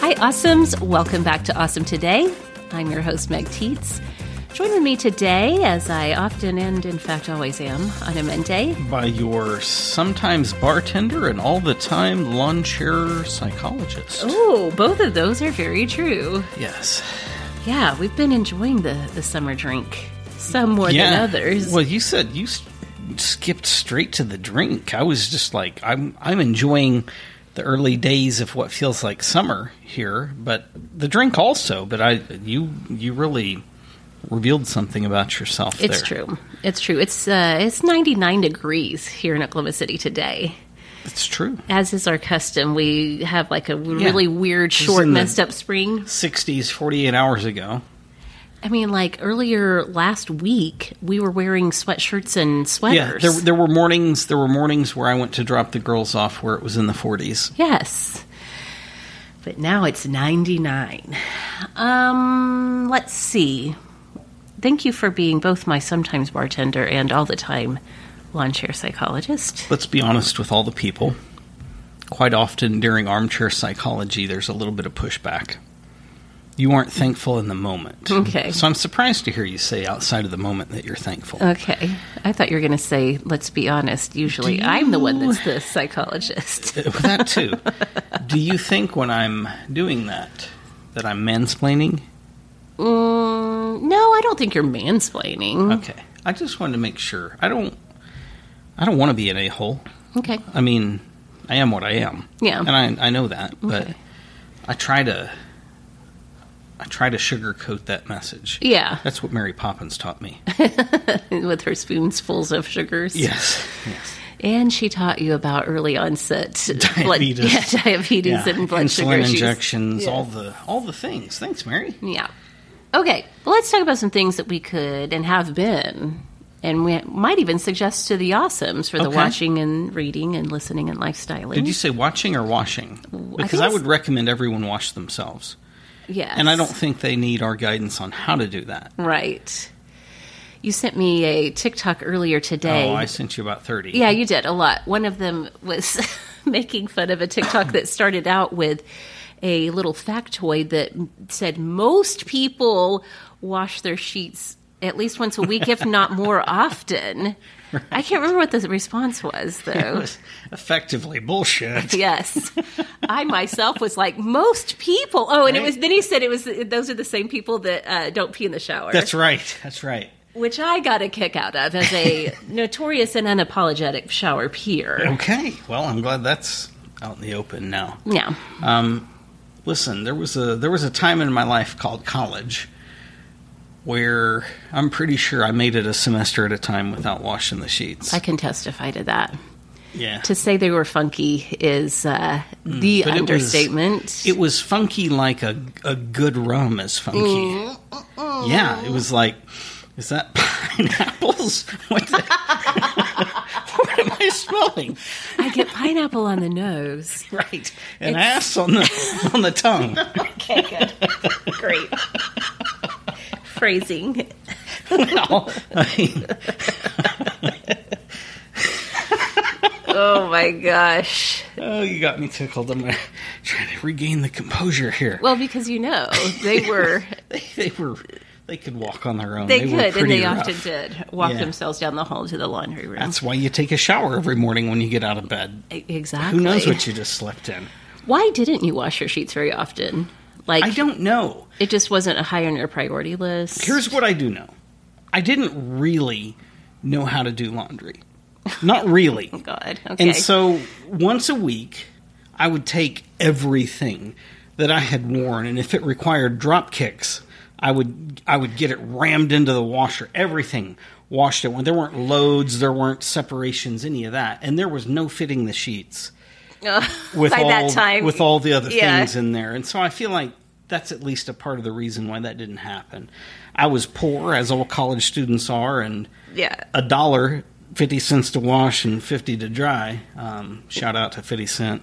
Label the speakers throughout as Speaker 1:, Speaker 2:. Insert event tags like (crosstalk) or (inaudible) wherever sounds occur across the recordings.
Speaker 1: Hi, Awesomes. Welcome back to Awesome Today. I'm your host, Meg Teets. Joining me today, as I often and in fact always am on a Monday,
Speaker 2: by your sometimes bartender and all the time lawn chair psychologist.
Speaker 1: Oh, both of those are very true.
Speaker 2: Yes.
Speaker 1: Yeah, we've been enjoying the, the summer drink, some more than others.
Speaker 2: Well, you said you s- skipped straight to the drink. I was just like, I'm I'm enjoying the early days of what feels like summer here, but the drink also. But I you you really revealed something about yourself.
Speaker 1: it's
Speaker 2: there.
Speaker 1: true. It's true. It's uh, it's 99 degrees here in Oklahoma City today.
Speaker 2: It's true.
Speaker 1: As is our custom, we have like a really weird,
Speaker 2: This is
Speaker 1: short,
Speaker 2: in the-
Speaker 1: messed up spring.
Speaker 2: 60s, 48 hours ago.
Speaker 1: I mean, like earlier last week, we were wearing sweatshirts and sweaters.
Speaker 2: Yeah, there, there were mornings. There were mornings where I went to drop the girls off where it was in the 40s.
Speaker 1: Yes. But now it's 99. Um, let's see. Thank you for being both my sometimes bartender and all the time lawn chair psychologist.
Speaker 2: Let's be honest with all the people. Quite often during armchair psychology, there's a little bit of pushback. You aren't thankful in the moment.
Speaker 1: Okay.
Speaker 2: So I'm surprised to hear you say outside of the moment that you're thankful.
Speaker 1: Okay. I thought you were going to say, let's be honest. Usually
Speaker 2: Do
Speaker 1: I'm the one
Speaker 2: you-
Speaker 1: that's the psychologist.
Speaker 2: Uh, that too. Do you think when I'm doing that that I'm mansplaining?
Speaker 1: Mm, no, I don't think you're mansplaining.
Speaker 2: Okay. I just wanted to make sure. I don't. I don't want to be an a-hole.
Speaker 1: Okay.
Speaker 2: I mean, I am what I am.
Speaker 1: Yeah.
Speaker 2: and I I know that, but
Speaker 1: Okay.
Speaker 2: I try to I try to sugarcoat that message.
Speaker 1: Yeah. (laughs)
Speaker 2: That's what Mary Poppins taught me.
Speaker 1: With her spoonsfuls of sugars.
Speaker 2: (laughs) yes, yes.
Speaker 1: And she taught you about early onset (laughs) blood-
Speaker 2: Diabetes.
Speaker 1: (laughs) yeah, diabetes
Speaker 2: Yeah.
Speaker 1: and blood sugar
Speaker 2: Insulin
Speaker 1: issues.
Speaker 2: injections, all the all the things. Thanks, Mary.
Speaker 1: Yeah. Okay. Well, let's talk about some things that we could and have been, and we might even suggest to the awesomes for the
Speaker 2: Okay.
Speaker 1: watching and reading and listening and lifestyling.
Speaker 2: Did you say watching or washing? Because I,
Speaker 1: it's-
Speaker 2: would recommend everyone wash themselves,
Speaker 1: Yes.
Speaker 2: and I don't think they need our guidance on how to do that.
Speaker 1: Right. You sent me a TikTok earlier today.
Speaker 2: Oh, I sent you about thirty.
Speaker 1: Yeah, you did a lot. One of them was (laughs) making fun of a TikTok that started out with a little factoid that m- said most people wash their sheets at least once a week, if not more often. I can't remember what the response was,
Speaker 2: (laughs) It
Speaker 1: though.
Speaker 2: was
Speaker 1: (laughs)
Speaker 2: effectively bullshit.
Speaker 1: yes. I myself was like, most people. Oh, and it
Speaker 2: Right.
Speaker 1: was, then he said it was, those are the same people that uh, don't pee in the shower
Speaker 2: That's right. That's right.
Speaker 1: which I got a kick out of as
Speaker 2: (laughs)
Speaker 1: a notorious and unapologetic shower peer.
Speaker 2: Okay. Well, I'm glad that's out in the open now.
Speaker 1: Yeah.
Speaker 2: Um, listen, there was a there was a time in my life called college where I'm pretty sure I made it a semester at a time without washing the sheets.
Speaker 1: I can testify to that.
Speaker 2: Yeah.
Speaker 1: to say they were funky is uh, the
Speaker 2: Hmm. But it was-
Speaker 1: understatement.
Speaker 2: It was funky like a a good rum is funky. Yeah, it was like, is that (laughs) pineapples? What, the, (laughs) what am I smelling?
Speaker 1: I get pineapple on the nose.
Speaker 2: Right, an ass on the on the tongue.
Speaker 1: (laughs)
Speaker 2: (laughs)
Speaker 1: Okay, good. Great. Phrasing.
Speaker 2: Well, I mean,
Speaker 1: Oh my gosh.
Speaker 2: oh, you got me tickled. I'm gonna- trying to regain the composure here.
Speaker 1: Well, because you know,
Speaker 2: (laughs)
Speaker 1: they were
Speaker 2: they, they were they could walk on their own.
Speaker 1: they,
Speaker 2: were
Speaker 1: could and
Speaker 2: pretty
Speaker 1: they
Speaker 2: rough.
Speaker 1: often did walk
Speaker 2: Yeah.
Speaker 1: themselves down the hall to the laundry room.
Speaker 2: That's why you take a shower every morning when you get out of bed.
Speaker 1: E- exactly.
Speaker 2: Who knows what you just slept in?
Speaker 1: Why didn't you wash your sheets very often? Like
Speaker 2: I don't know.
Speaker 1: it just wasn't high on your priority list.
Speaker 2: Here's what I do know. I didn't really know how to do laundry.
Speaker 1: (laughs)
Speaker 2: Not really.
Speaker 1: oh God. Okay.
Speaker 2: And so once a week, I would take everything that I had worn, and if it required drop kicks, I would I would get it rammed into the washer. Everything washed it. When there weren't loads, there weren't separations, any of that, and there was no fitting the sheets with
Speaker 1: (laughs) by
Speaker 2: all
Speaker 1: that time,
Speaker 2: with all the other
Speaker 1: yeah.
Speaker 2: things in there. And so I feel like that's at least a part of the reason why that didn't happen. I was poor, as all college students are, and
Speaker 1: yeah.
Speaker 2: a dollar fifty cents to wash and fifty to dry. Um, shout out to Fifty Cent.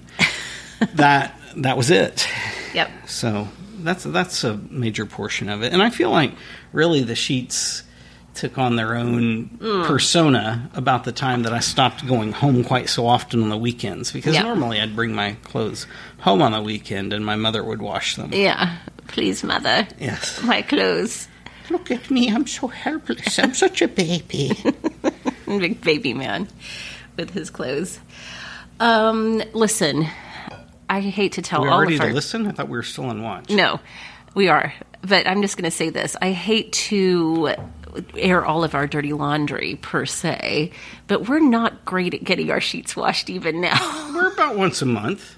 Speaker 2: that that was it.
Speaker 1: Yep.
Speaker 2: So that's that's a major portion of it, and I feel like really the sheets took on their own persona about the time that I stopped going home quite so often on the weekends because
Speaker 1: Yeah.
Speaker 2: normally I'd bring my clothes home on the weekend and my mother would wash them.
Speaker 1: Yeah. Please, mother.
Speaker 2: Yes.
Speaker 1: My clothes.
Speaker 2: Look at me, I'm so helpless. I'm such a (laughs) baby.
Speaker 1: Big baby man with his clothes. Um, listen, I hate to tell
Speaker 2: We're
Speaker 1: all
Speaker 2: ready
Speaker 1: of
Speaker 2: to
Speaker 1: our
Speaker 2: listen. I thought we were still on watch.
Speaker 1: No, we are. But I'm just going to say this. I hate to air all of our dirty laundry per se, but we're not great at getting our sheets washed even now. (laughs)
Speaker 2: We're about once a month.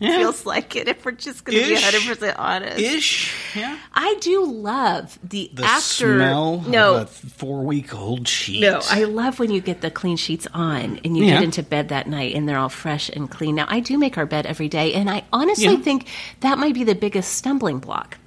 Speaker 1: It feels like it if we're just going to be
Speaker 2: Ish.
Speaker 1: 100% honest.
Speaker 2: Ish. Yeah.
Speaker 1: I do love the,
Speaker 2: The
Speaker 1: after
Speaker 2: smell
Speaker 1: no.
Speaker 2: of a four week old sheet.
Speaker 1: no, I love when you get the clean sheets on and you
Speaker 2: Yeah.
Speaker 1: get into bed that night and they're all fresh and clean. Now, I do make our bed every day, and I honestly
Speaker 2: Yeah.
Speaker 1: think that might be the biggest stumbling block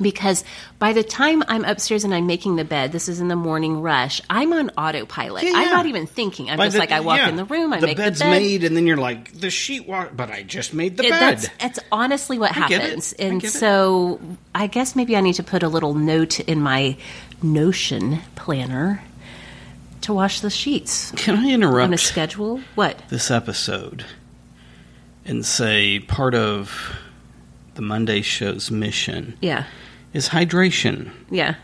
Speaker 1: because by the time I'm upstairs and I'm making the bed, this is in the morning rush, I'm on autopilot.
Speaker 2: Yeah,
Speaker 1: I'm
Speaker 2: yeah.
Speaker 1: not even thinking. I'm
Speaker 2: By
Speaker 1: just
Speaker 2: the-
Speaker 1: like, I walk
Speaker 2: yeah,
Speaker 1: in the room, I
Speaker 2: the
Speaker 1: make
Speaker 2: bed's
Speaker 1: the bed.
Speaker 2: made, and then you're like, the sheet wa But I just made the
Speaker 1: It-
Speaker 2: bed.
Speaker 1: That's, that's honestly what
Speaker 2: I get it.
Speaker 1: happens.
Speaker 2: I
Speaker 1: And
Speaker 2: get it.
Speaker 1: so I guess maybe I need to put a little note in my Notion planner to wash the sheets
Speaker 2: Can I
Speaker 1: on a
Speaker 2: interrupt
Speaker 1: schedule. What?
Speaker 2: this episode and say part of the Monday show's mission
Speaker 1: Yeah.
Speaker 2: is hydration?
Speaker 1: Yeah.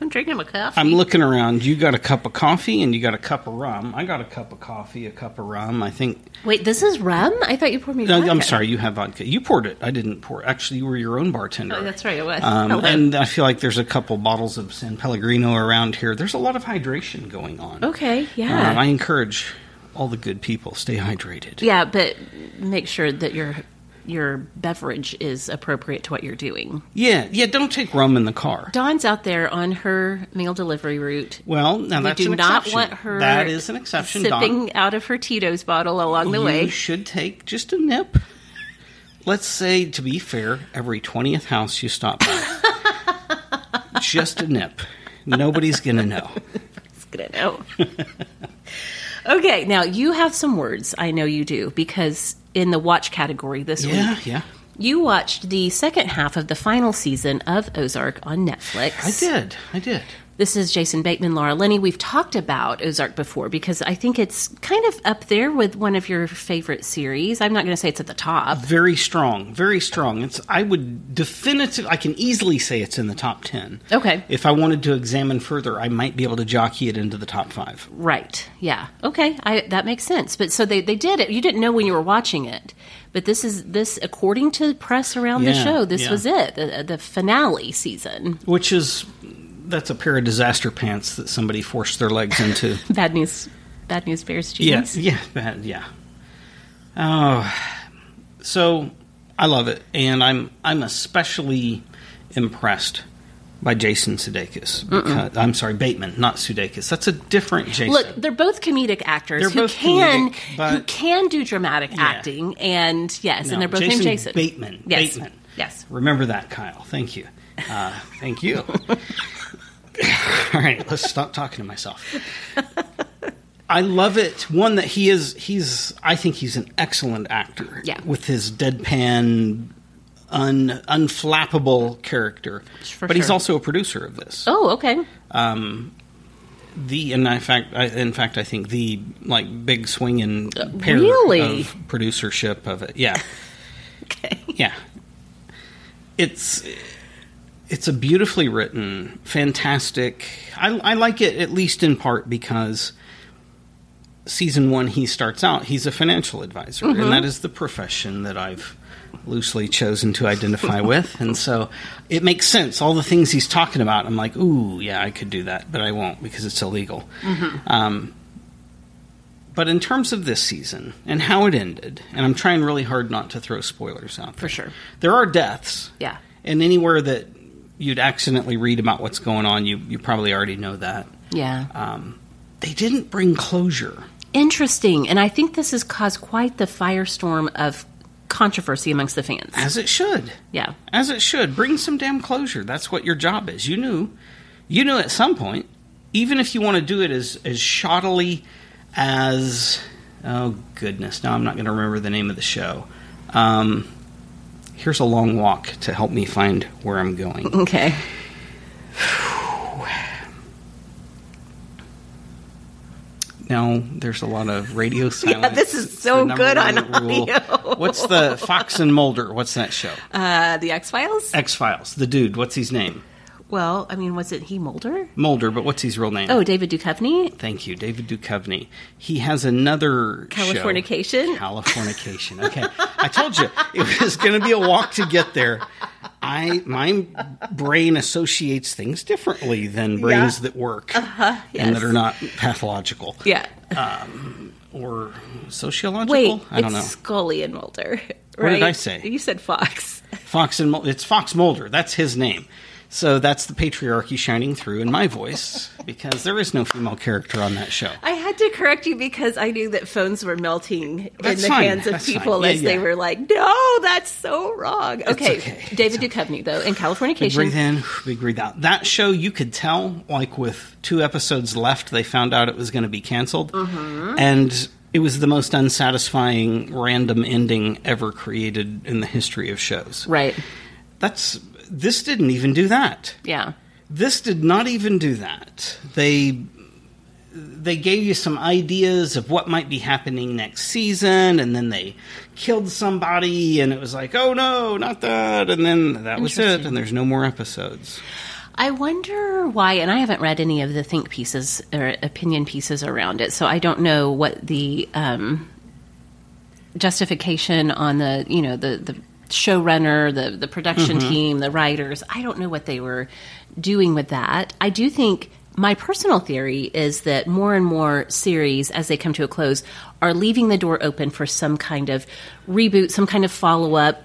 Speaker 1: I'm drinking my coffee.
Speaker 2: I'm looking around. You got a cup of coffee and you got a cup of rum. I got a cup of coffee, a cup of rum. I think
Speaker 1: Wait, this is rum? I thought you poured me
Speaker 2: No, I'm
Speaker 1: vodka.
Speaker 2: sorry. You have vodka. You poured it. I didn't pour. it. Actually, you were your own bartender.
Speaker 1: Oh, that's right, I was. Hello.
Speaker 2: Um, and I feel like there's a couple bottles of San Pellegrino around here. There's a lot of hydration going on.
Speaker 1: Okay, yeah.
Speaker 2: Um, I encourage all the good people stay hydrated.
Speaker 1: yeah, but make sure that your your beverage is appropriate to what you're doing.
Speaker 2: Yeah. Yeah. Don't take rum in the car.
Speaker 1: Dawn's out there on her meal delivery route.
Speaker 2: Well, now
Speaker 1: we
Speaker 2: that's
Speaker 1: do
Speaker 2: an
Speaker 1: not
Speaker 2: exception.
Speaker 1: want her
Speaker 2: That is an exception.
Speaker 1: sipping
Speaker 2: Dawn.
Speaker 1: out of her Tito's bottle along the
Speaker 2: you
Speaker 1: way.
Speaker 2: should take just a nip. Let's say, to be fair, every twentieth house you stop by,
Speaker 1: (laughs)
Speaker 2: just a nip. Nobody's gonna know.
Speaker 1: gonna know. (laughs) okay, now you have some words. I know you do because in the watch category this
Speaker 2: Yeah.
Speaker 1: week,
Speaker 2: Yeah.
Speaker 1: you watched the second half of the final season of Ozark on Netflix.
Speaker 2: I did. I did.
Speaker 1: This is Jason Bateman, Laura Linney. We've talked about Ozark before because I think it's kind of up there with one of your favorite series. I'm not going to say it's at the top.
Speaker 2: Very strong. Very strong. It's. I would definitive. I can easily say it's in the top ten.
Speaker 1: Okay.
Speaker 2: If I wanted to examine further, I might be able to jockey it into the top five.
Speaker 1: Right. Yeah. Okay. I, that makes sense. But so they, they did it. You didn't know when you were watching it. But this is this according to press around the
Speaker 2: Yeah,
Speaker 1: show. This
Speaker 2: yeah.
Speaker 1: was it. The, the finale season.
Speaker 2: Which is. That's a pair of disaster pants that somebody forced their
Speaker 1: (laughs)
Speaker 2: legs into.
Speaker 1: Bad news. Bad news bears
Speaker 2: Yeah,
Speaker 1: jeans.
Speaker 2: yeah, that- yeah. Oh, so I love it, and I'm I'm especially impressed by Jason Sudeikis. Because- I'm sorry, Bateman, not Sudeikis. That's a different Jason.
Speaker 1: Look, they're both comedic actors
Speaker 2: They're
Speaker 1: who
Speaker 2: both
Speaker 1: can
Speaker 2: comedic, but-
Speaker 1: who can do dramatic acting, and yes,
Speaker 2: No,
Speaker 1: and they're both
Speaker 2: Jason
Speaker 1: named Jason
Speaker 2: Bateman.
Speaker 1: Yes,
Speaker 2: Bateman.
Speaker 1: yes.
Speaker 2: Remember that, Kyle. Thank you. Uh, thank you.
Speaker 1: (laughs)
Speaker 2: All right, let's stop talking to myself. I love it. One that he is he's I think he's an excellent actor.
Speaker 1: Yeah.
Speaker 2: With his deadpan un unflappable character.
Speaker 1: For
Speaker 2: but he's
Speaker 1: sure.
Speaker 2: also a producer of this.
Speaker 1: Oh, okay.
Speaker 2: The and in fact I, in fact I think the like big swinging pair
Speaker 1: Uh, really?
Speaker 2: of producership of it. Yeah.
Speaker 1: (laughs) Okay.
Speaker 2: Yeah. It's it's a beautifully written, fantastic. I, I like it at least in part because season one he starts out he's a financial advisor, and that is the profession that I've loosely chosen to identify with, and so it makes sense. All the things he's talking about, I'm like, ooh, yeah, I could do that, but I won't because it's illegal. Um, but in terms of this season and how it ended, and I'm trying really hard not to throw spoilers out. there.
Speaker 1: sure.
Speaker 2: There are deaths.
Speaker 1: Yeah.
Speaker 2: And anywhere that you'd accidentally read about what's going on, you you probably already know that.
Speaker 1: Yeah.
Speaker 2: Um, they didn't bring closure.
Speaker 1: Interesting, and I think this has caused quite the firestorm of controversy amongst the fans.
Speaker 2: As it should.
Speaker 1: Yeah.
Speaker 2: As it should. Bring some damn closure. That's what your job is. You knew. You knew at some point, even if you want to do it as, as shoddily as. Oh, goodness. Now I'm not going to remember the name of the show. Um, here's a long walk to help me find where I'm
Speaker 1: (laughs)
Speaker 2: going.
Speaker 1: Okay.
Speaker 2: No, there's a lot
Speaker 1: (laughs)
Speaker 2: of radio silence.
Speaker 1: this is
Speaker 2: It's
Speaker 1: so
Speaker 2: the number
Speaker 1: good
Speaker 2: one
Speaker 1: on audio.
Speaker 2: What's the Fox and Mulder? What's that show?
Speaker 1: Uh, the X Files.
Speaker 2: X Files. The dude. What's his name?
Speaker 1: Well, I mean, was it he Mulder?
Speaker 2: Mulder, but what's his real name?
Speaker 1: Oh, David Duchovny.
Speaker 2: thank you, David Duchovny. He has another show.
Speaker 1: Californication?
Speaker 2: Californication. Okay, I told you it was going to be a walk to get there. I my brain associates things differently than brains that work and
Speaker 1: Uh-huh, yes.
Speaker 2: that are not pathological
Speaker 1: Yeah.
Speaker 2: or sociological.
Speaker 1: Wait,
Speaker 2: I don't
Speaker 1: it's
Speaker 2: know.
Speaker 1: Scully and Mulder. Right?
Speaker 2: What did I say?
Speaker 1: You said Fox.
Speaker 2: Fox and Mul- it's Fox Mulder. That's his name. So that's the patriarchy shining through in my voice because there is no female character on that show.
Speaker 1: I had to correct you because I knew that phones were melting
Speaker 2: That's
Speaker 1: in the
Speaker 2: fine.
Speaker 1: hands of
Speaker 2: That's
Speaker 1: people
Speaker 2: fine. Yeah,
Speaker 1: as they
Speaker 2: yeah.
Speaker 1: were like, "No, that's so wrong." Okay,
Speaker 2: okay.
Speaker 1: David Duchovny though, in Californication.
Speaker 2: Big breathe in, (sighs) big breathe out. That show, you could tell, like with two episodes left, they found out it was going to be canceled, and it was the most unsatisfying random ending ever created in the history of shows.
Speaker 1: Right.
Speaker 2: That's this didn't even do that.
Speaker 1: Yeah.
Speaker 2: this did not even do that they they gave you some ideas of what might be happening next season and then they killed somebody and it was like oh no not that and then that was it
Speaker 1: Interesting.
Speaker 2: and there's no more episodes
Speaker 1: I wonder why, and I haven't read any of the think pieces or opinion pieces around it, so I don't know what the um, justification on the you know the the showrunner, the the production team, the writers. I don't know what they were doing with that. I do think my personal theory is that more and more series, as they come to a close, are leaving the door open for some kind of reboot, some kind of follow up.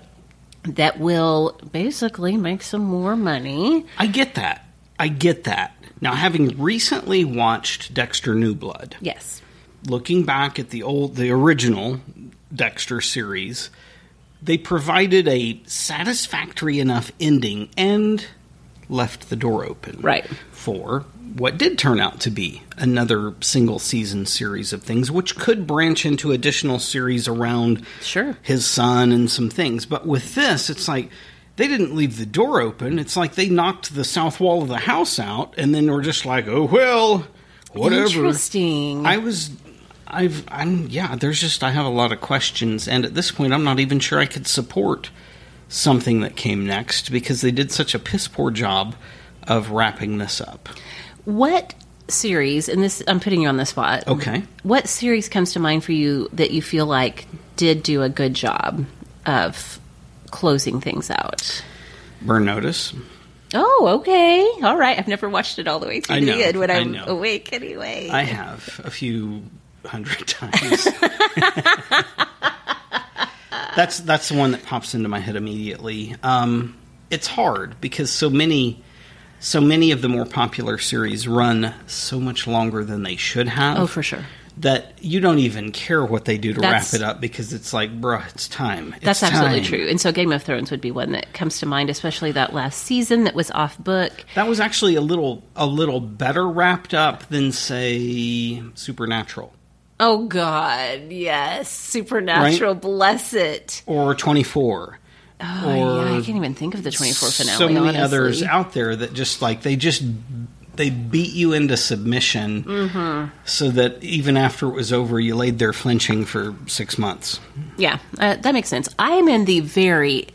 Speaker 1: That will basically make some more money.
Speaker 2: i get that i get that now having recently watched dexter new blood
Speaker 1: Yes.
Speaker 2: looking back at the old the original Dexter series, they provided a satisfactory enough ending and left the door open
Speaker 1: Right.
Speaker 2: for what did turn out to be another single season series of things which could branch into additional series around
Speaker 1: Sure.
Speaker 2: his son and some things but with this it's like they didn't leave the door open it's like they knocked the south wall of the house out and then were just like oh well whatever
Speaker 1: Interesting.
Speaker 2: I was, I've, I'm, yeah. There's just I have a lot of questions, and at this point, I'm not even sure I could support something that came next because they did such a piss poor job of wrapping this up.
Speaker 1: what series? And this, I'm putting you on the spot.
Speaker 2: Okay,
Speaker 1: What series comes to mind for you that you feel like did do a good job of closing things out?
Speaker 2: burn notice.
Speaker 1: Oh, okay. All right. I've never watched it all the way through
Speaker 2: I know,
Speaker 1: the end when
Speaker 2: I
Speaker 1: I'm
Speaker 2: know.
Speaker 1: awake anyway.
Speaker 2: I have a few
Speaker 1: (laughs)
Speaker 2: hundred times. that's that's the one that pops into my head immediately. Um, it's hard because so many so many of the more popular series run so much longer than they should have.
Speaker 1: Oh, for sure.
Speaker 2: That you don't even care what they do to
Speaker 1: That's-
Speaker 2: wrap it up because it's like, bruh, it's time. It's
Speaker 1: That's absolutely
Speaker 2: time.
Speaker 1: true. And so Game of Thrones would be one that comes to mind, especially that last season that was off book.
Speaker 2: That was actually a little a little better wrapped up than say Supernatural
Speaker 1: Oh God, yes, Supernatural, bless it.
Speaker 2: or 24
Speaker 1: Oh, yeah, I can't even think of the twenty four finale.
Speaker 2: so many
Speaker 1: honestly.
Speaker 2: others out there that just like they just they beat you into submission
Speaker 1: Mm-hmm.
Speaker 2: so that even after it was over you laid there flinching for 6 months.
Speaker 1: Yeah, uh, that makes sense. I am in the very,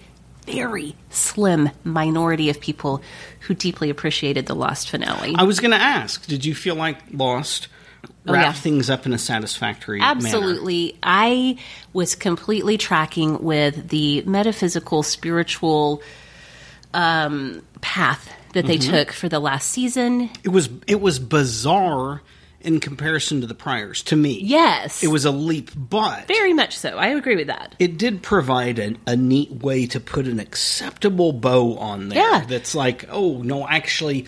Speaker 1: very slim minority of people who deeply appreciated the Lost finale.
Speaker 2: I was going to ask, did you feel like Lost
Speaker 1: Oh,
Speaker 2: wrapped
Speaker 1: yeah.
Speaker 2: things up in a satisfactory manner?
Speaker 1: Absolutely. I was completely tracking with the metaphysical, spiritual um, path that
Speaker 2: Mm-hmm.
Speaker 1: they took for the last season.
Speaker 2: It was it was bizarre in comparison to the priors to me.
Speaker 1: Yes.
Speaker 2: It was a leap, but
Speaker 1: very much so. I agree with that.
Speaker 2: it did provide an, a neat way to put an acceptable bow on there.
Speaker 1: Yeah.
Speaker 2: That's like, oh, no, actually,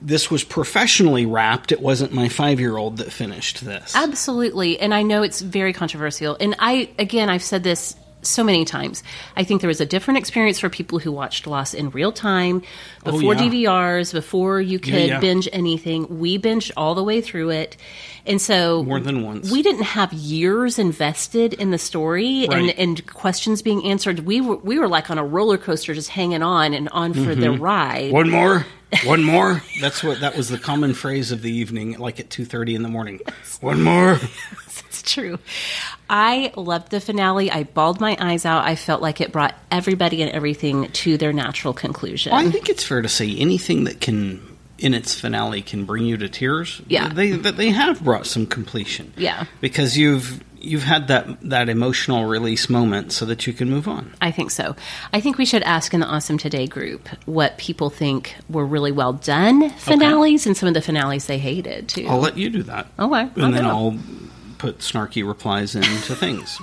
Speaker 2: this was professionally wrapped. It wasn't my five year old that finished this.
Speaker 1: Absolutely. And I know it's very controversial. And I, again, I've said this so many times. I think there was a different experience for people who watched Lost in real time, before
Speaker 2: Oh, yeah.
Speaker 1: DVRs, before you could
Speaker 2: yeah.
Speaker 1: binge anything. We binged all the way through it. And so,
Speaker 2: More than once.
Speaker 1: we didn't have years invested in the story and,
Speaker 2: Right.
Speaker 1: and questions being answered. We were, we were like on a roller coaster, just hanging on and on for the
Speaker 2: Mm-hmm.
Speaker 1: ride.
Speaker 2: one more, one more. That's what that was the common phrase of the evening, like at two thirty in the morning. One
Speaker 1: (laughs)
Speaker 2: more.
Speaker 1: It's true. I loved the finale. I bawled my eyes out. I felt like it brought everybody and everything to their natural conclusion.
Speaker 2: Well, I think it's fair to say anything that can, in its finale, can bring you to tears.
Speaker 1: Yeah.
Speaker 2: they that they have brought some completion.
Speaker 1: Yeah.
Speaker 2: because you've you've had that that emotional release moment so that you can move on.
Speaker 1: I think so. I think we should ask in the Awesome Today group what people think were really well done finales and some of the finales they hated too.
Speaker 2: I'll let you do that.
Speaker 1: Okay,
Speaker 2: and
Speaker 1: Oh, I'll
Speaker 2: then
Speaker 1: do it.
Speaker 2: I'll put snarky replies into things.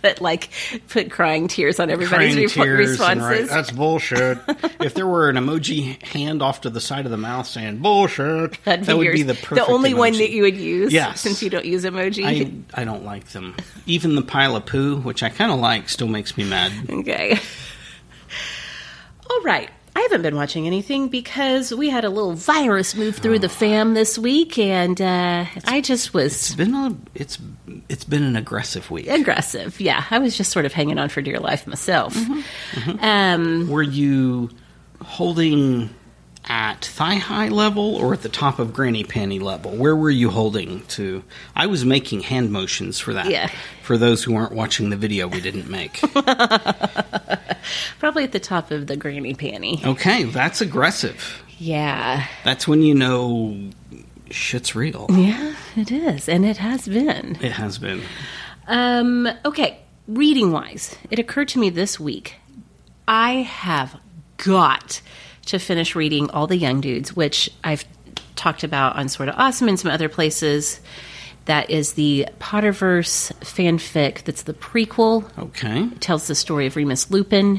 Speaker 1: Put like put crying tears on (laughs) everybody's
Speaker 2: Crying
Speaker 1: re-
Speaker 2: tears and
Speaker 1: responses.
Speaker 2: right, That's bullshit. (laughs) if there were an emoji hand off to the side of the mouth saying bullshit,
Speaker 1: That'd
Speaker 2: that would
Speaker 1: yours.
Speaker 2: be the perfect
Speaker 1: only one
Speaker 2: emoji.
Speaker 1: that you would use.
Speaker 2: Yes.
Speaker 1: since you don't use emoji.
Speaker 2: I, I don't like them. Even the pile of poo, which I kind of like, still makes me mad.
Speaker 1: Okay. All right. I haven't been watching anything because we had a little virus move through the fam this week, and uh, I just
Speaker 2: It's
Speaker 1: was
Speaker 2: been a it's it's been an aggressive week.
Speaker 1: aggressive. Yeah, I was just sort of hanging on for dear life myself. Um,
Speaker 2: Were you holding at thigh high level or at the top of granny panty level? Where were you holding to? I was making hand motions for that.
Speaker 1: Yeah.
Speaker 2: For those who aren't watching the video, we didn't
Speaker 1: (laughs)
Speaker 2: make.
Speaker 1: probably at the top of the granny panty.
Speaker 2: okay, that's aggressive.
Speaker 1: Yeah,
Speaker 2: That's when you know shit's real.
Speaker 1: yeah, it is, and it has been.
Speaker 2: It has been.
Speaker 1: Um, okay, reading wise, it occurred to me this week I have got to finish reading All the Young Dudes, which I've talked about on Sort of Awesome and some other places. That is the Potterverse fanfic that's the prequel.
Speaker 2: Okay.
Speaker 1: It tells the story of Remus Lupin,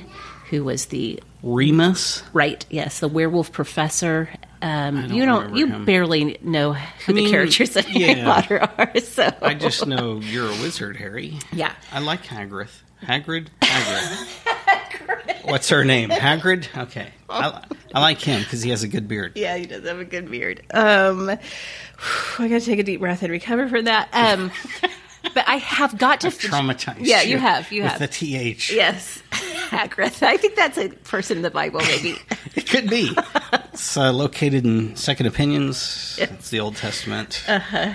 Speaker 1: who was the
Speaker 2: Remus.
Speaker 1: right, yes, the werewolf professor. Um,
Speaker 2: don't
Speaker 1: you don't,
Speaker 2: remember
Speaker 1: you
Speaker 2: him.
Speaker 1: barely know who
Speaker 2: mean,
Speaker 1: the characters of Harry
Speaker 2: yeah.
Speaker 1: Potter are. (laughs) So
Speaker 2: I just know you're a wizard, Harry.
Speaker 1: Yeah.
Speaker 2: I like Hagrid. Hagrid? Hagrid. What's her name? Hagrid? Okay. I, I like him because he has a good beard.
Speaker 1: Yeah, he does have a good beard. Um, I got to take a deep breath and recover from that. (laughs) Um, but I have got to
Speaker 2: Traumatized.
Speaker 1: Yeah, you have. You
Speaker 2: with
Speaker 1: have.
Speaker 2: the TH.
Speaker 1: yes, (laughs) Hagrid. I think that's a person in the Bible, maybe.
Speaker 2: It could be. It's uh, located in Second Opinions. It's the Old Testament.
Speaker 1: Uh.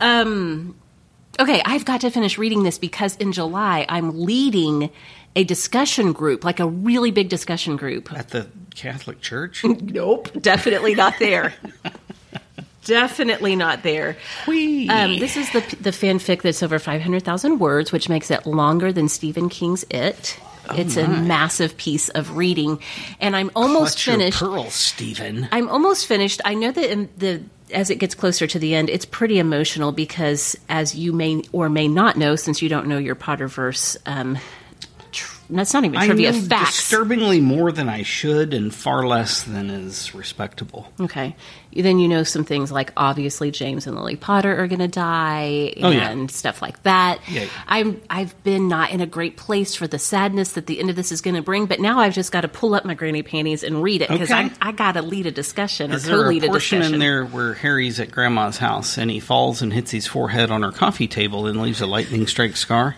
Speaker 1: um, (laughs) okay, I've got to finish reading this because in July I'm leading a discussion group, like a really big discussion group.
Speaker 2: At the Catholic Church?
Speaker 1: Nope, definitely not (laughs) there. definitely not there.
Speaker 2: Whee.
Speaker 1: Um, this is the the fanfic that's over 500,000 words, which makes it longer than Stephen King's It.
Speaker 2: Oh,
Speaker 1: it's a massive piece of reading, and I'm almost
Speaker 2: Clutch your
Speaker 1: finished.
Speaker 2: pearls, Stephen.
Speaker 1: I'm almost finished. I know that in the as it gets closer to the end, it's pretty emotional because, as you may or may not know, since you don't know your Potterverse um, tr- that's not even
Speaker 2: I
Speaker 1: trivia.
Speaker 2: know
Speaker 1: Facts.
Speaker 2: disturbingly more than I should, and far less than is respectable.
Speaker 1: Okay. Then you know some things like obviously James and Lily Potter are going to die and
Speaker 2: Oh, yeah.
Speaker 1: stuff like that.
Speaker 2: Yeah.
Speaker 1: I'm I've been not in a great place for the sadness that the end of this is going to bring, but now I've just got to pull up my granny panties and read it because
Speaker 2: Okay.
Speaker 1: I I got to lead a discussion or
Speaker 2: Is there a
Speaker 1: co-lead a,
Speaker 2: portion
Speaker 1: discussion.
Speaker 2: in there where Harry's at Grandma's house and he falls and hits his forehead on her coffee table and leaves a lightning strike scar?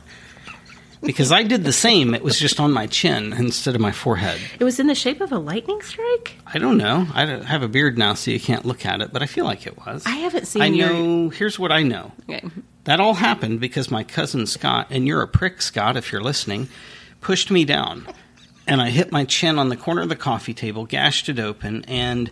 Speaker 2: Because I did the same. It was just on my chin instead of my forehead.
Speaker 1: It was in the shape of a lightning strike.
Speaker 2: I don't know. I don't- I have a beard now, so you can't look at it, but I feel like it was.
Speaker 1: I haven't seen
Speaker 2: I
Speaker 1: your-
Speaker 2: know. Here's what I know.
Speaker 1: Okay.
Speaker 2: That all happened because my cousin Scott, and you're a prick, Scott, if you're listening, pushed me down. And I hit my chin on the corner of the coffee table, gashed it open, and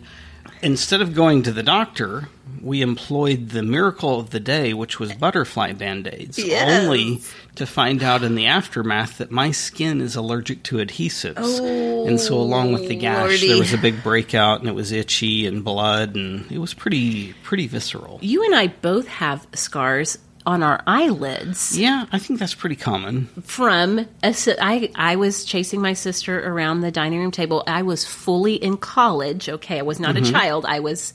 Speaker 2: instead of going to the doctor, we employed the miracle of the day, which was butterfly band aids,
Speaker 1: Yes.
Speaker 2: only to find out in the aftermath that my skin is allergic to adhesives. and so, along with the gash, there
Speaker 1: Oh, Lordy.
Speaker 2: was a big breakout, and it was itchy and blood, and it was pretty, pretty visceral.
Speaker 1: You and I both have scars on our eyelids.
Speaker 2: Yeah, I think that's pretty common.
Speaker 1: from a si- I, I was chasing my sister around the dining room table i was fully in college okay i was not
Speaker 2: Mm-hmm.
Speaker 1: a child i was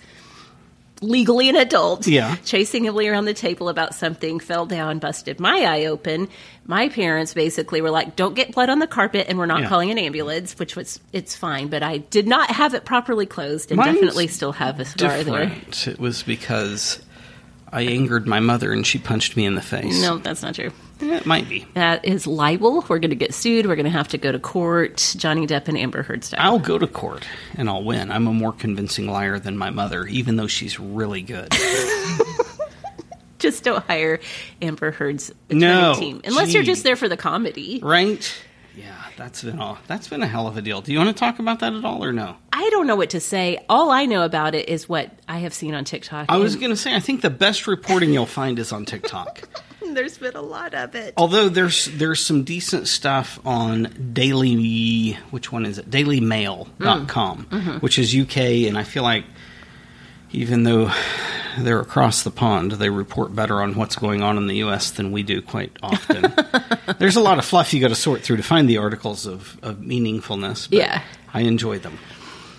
Speaker 1: legally an adult
Speaker 2: Yeah.
Speaker 1: chasing Emily around the table about something fell down busted my eye open my parents basically were like don't get blood on the carpet and we're not
Speaker 2: Yeah.
Speaker 1: calling an ambulance which was it's fine but i did not have it properly closed and
Speaker 2: Mine's
Speaker 1: definitely still have a scar there
Speaker 2: different. It was because I angered my mother and she punched me in the face.
Speaker 1: no that's not true
Speaker 2: Eh, it might be.
Speaker 1: that is libel we're going to get sued we're going to have to go to court johnny depp and amber heard style
Speaker 2: I'll go to court and I'll win. I'm a more convincing liar than my mother, even though she's really
Speaker 1: (laughs)
Speaker 2: good.
Speaker 1: just don't hire Amber Heard's attorney
Speaker 2: No.
Speaker 1: team unless you're
Speaker 2: Gee.
Speaker 1: just there for the comedy.
Speaker 2: right? Yeah, that's been all. That's been a hell of a deal. Do you want to talk about that at all or no?
Speaker 1: I don't know what to say. All I know about it is what I have seen on TikTok.
Speaker 2: I was
Speaker 1: and
Speaker 2: going to say I think the best reporting you'll find is on TikTok.
Speaker 1: (laughs) there's been a lot of it.
Speaker 2: Although there's there's some decent stuff on Daily which one is it? Dailymail.com, which is UK and I feel like even though they're across the pond, they report better on what's going on in the US than we do quite often. there's a lot of fluff you got to sort through to find the articles of, of meaningfulness. But
Speaker 1: Yeah.
Speaker 2: I enjoy them.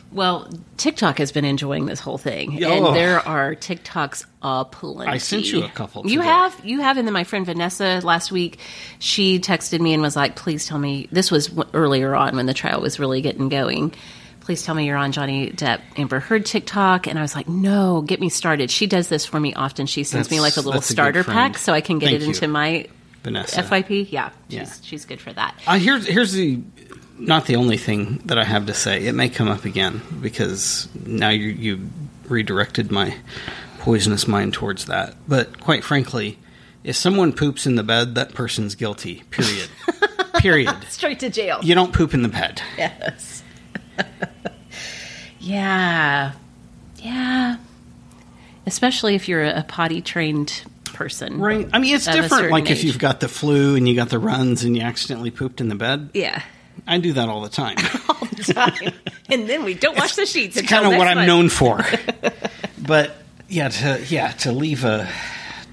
Speaker 1: Well, TikTok has been enjoying this whole thing,
Speaker 2: Yeah, oh.
Speaker 1: and there are TikToks aplenty.
Speaker 2: I sent you a couple
Speaker 1: You
Speaker 2: today.
Speaker 1: have, you have, and then my friend Vanessa last week, she texted me and was like, "Please tell me this was w- earlier on when the trial was really getting going." Please tell me you're on Johnny Depp Amber Heard TikTok, and I was like, "No, get me started." She does this for me often. She sends me
Speaker 2: That's-
Speaker 1: like a little
Speaker 2: that's a good
Speaker 1: starter
Speaker 2: friend.
Speaker 1: pack so I can get it
Speaker 2: Thank you,
Speaker 1: into my
Speaker 2: Vanessa.
Speaker 1: FYP. Yeah,
Speaker 2: Yeah.
Speaker 1: she's, she's good for that.
Speaker 2: Uh, here's here's the not the only thing that I have to say. It may come up again because now you you redirected my poisonous mind towards that. But quite frankly, if someone poops in the bed, that person's guilty.
Speaker 1: (laughs)
Speaker 2: Period. period.
Speaker 1: Straight to jail.
Speaker 2: You don't poop in the bed.
Speaker 1: Yes. yeah. Yeah. Especially if you're a, potty trained person.
Speaker 2: Right. I mean, it's
Speaker 1: At a
Speaker 2: different.
Speaker 1: certain
Speaker 2: Like if
Speaker 1: age.
Speaker 2: you've got the flu and you got the runs and you accidentally pooped in the bed.
Speaker 1: (laughs) Yeah.
Speaker 2: I do that all
Speaker 1: (laughs)
Speaker 2: the time.
Speaker 1: and then we don't wash the sheets.
Speaker 2: it's kind of what I'm known for.
Speaker 1: (laughs)
Speaker 2: but yeah, to yeah to leave a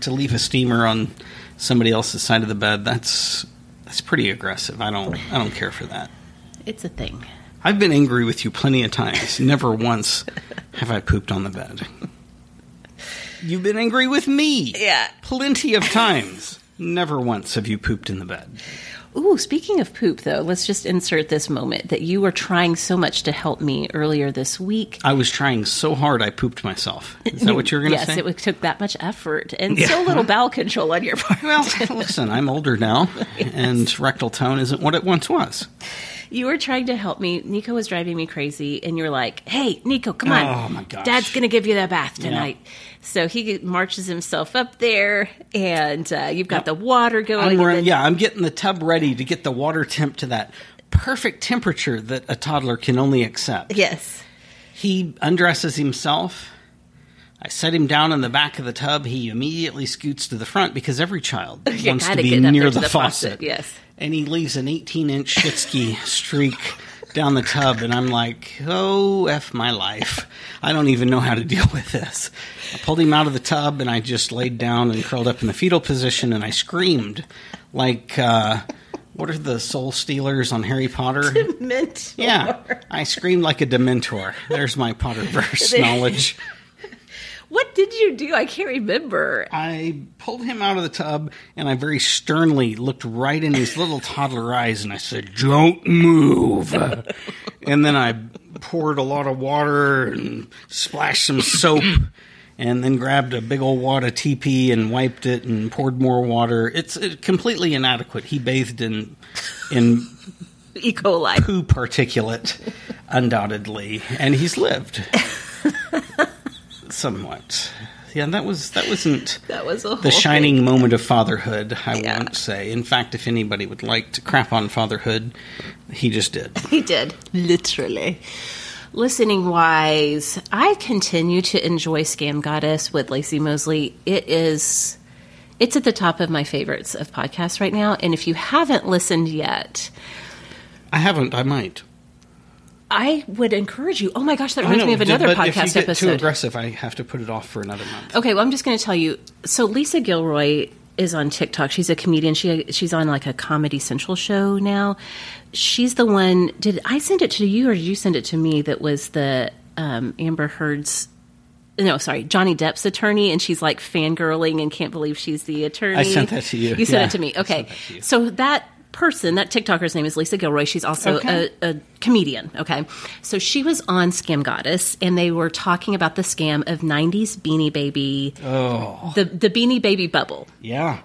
Speaker 2: to leave a steamer on somebody else's side of the bed that's that's pretty aggressive. I don't I don't care for that.
Speaker 1: It's a thing.
Speaker 2: I've been angry with you plenty
Speaker 1: (laughs)
Speaker 2: of times. Never once have I pooped on the bed. You've been angry with me.
Speaker 1: Yeah.
Speaker 2: Plenty of times. Never once have you pooped in the bed.
Speaker 1: Ooh, speaking of poop, though, let's just insert this moment that you were trying so much to help me earlier this week.
Speaker 2: I was trying so hard I pooped myself. Is that what you were going
Speaker 1: (laughs)
Speaker 2: to
Speaker 1: yes,
Speaker 2: say?
Speaker 1: it w- took that much effort and
Speaker 2: Yeah.
Speaker 1: so
Speaker 2: (laughs)
Speaker 1: little bowel control on your part.
Speaker 2: Well, (laughs) listen, I'm
Speaker 1: (laughs)
Speaker 2: older now, and rectal tone isn't what it once was.
Speaker 1: You were trying to help me. Nico was driving me crazy, and you're like, "Hey, Nico, come on!
Speaker 2: Oh, my gosh.
Speaker 1: Dad's gonna give you that bath tonight." So he marches himself up there, and uh, you've got the water going.
Speaker 2: I'm
Speaker 1: and
Speaker 2: run-
Speaker 1: then-
Speaker 2: yeah, I'm getting the tub ready to get the water temp to that perfect temperature that a toddler can only accept.
Speaker 1: Yes.
Speaker 2: He undresses himself. I set him down in the back of the tub. He immediately scoots to the front because every
Speaker 1: (laughs)
Speaker 2: child
Speaker 1: You
Speaker 2: wants to
Speaker 1: gotta
Speaker 2: be
Speaker 1: get up
Speaker 2: near
Speaker 1: there
Speaker 2: the,
Speaker 1: to the
Speaker 2: faucet.
Speaker 1: faucet, yes.
Speaker 2: And he leaves an 18 inch shitsky streak down the tub. And I'm like, oh, F my life. I don't even know how to deal with this. I pulled him out of the tub and I just laid down and curled up in the fetal position and I screamed like. Uh, What are the soul stealers on Harry Potter?
Speaker 1: Mint.
Speaker 2: yeah, I scream like a Dementor. There's my Potterverse
Speaker 1: There-
Speaker 2: knowledge.
Speaker 1: What did you do? I can't remember.
Speaker 2: I pulled him out of the tub and I very sternly looked right in his little toddler eyes and I said, Don't move. and then I poured a lot of water and splashed some soap and then grabbed a big old wad of TP and wiped it and poured more water. It's uh, completely inadequate. He bathed in in
Speaker 1: E. coli.
Speaker 2: poo particulate, undoubtedly, and he's lived somewhat. Yeah, that was that wasn't
Speaker 1: That was a whole
Speaker 2: the shining
Speaker 1: thing.
Speaker 2: moment of fatherhood. I
Speaker 1: Yeah.
Speaker 2: won't say. In fact, if anybody would like to crap on fatherhood, he just did.
Speaker 1: (laughs) He did. Literally. Listening wise, I continue to enjoy Scam Goddess with Lacey Mosley. It is it's at the top of my favorites of podcasts right now. And if you haven't listened yet,
Speaker 2: I haven't. I might.
Speaker 1: I would encourage you. Oh my gosh, that
Speaker 2: I
Speaker 1: reminds
Speaker 2: know,
Speaker 1: me of another
Speaker 2: but if you
Speaker 1: podcast
Speaker 2: get Too
Speaker 1: episode.
Speaker 2: aggressive. I have to put it off for another month.
Speaker 1: Okay, well, I'm just going to tell you. So Lisa Gilroy is on TikTok. She's a comedian. She she's on like a Comedy Central show now. She's the one. Did I send it to you or did you send it to me? That was the um, Amber Heard's. No, sorry, Johnny Depp's attorney, and she's like fangirling and can't believe she's the attorney.
Speaker 2: I sent that to you.
Speaker 1: You sent
Speaker 2: Yeah,
Speaker 1: it to me.
Speaker 2: I
Speaker 1: Okay,
Speaker 2: sent that to you.
Speaker 1: so that person, that TikToker's name is Lisa Gilroy. She's also
Speaker 2: Okay.
Speaker 1: a, a comedian. Okay. So she was on Scam Goddess and they were talking about the scam of 90s Beanie Baby, the, the Beanie Baby bubble.
Speaker 2: Oh, Yeah.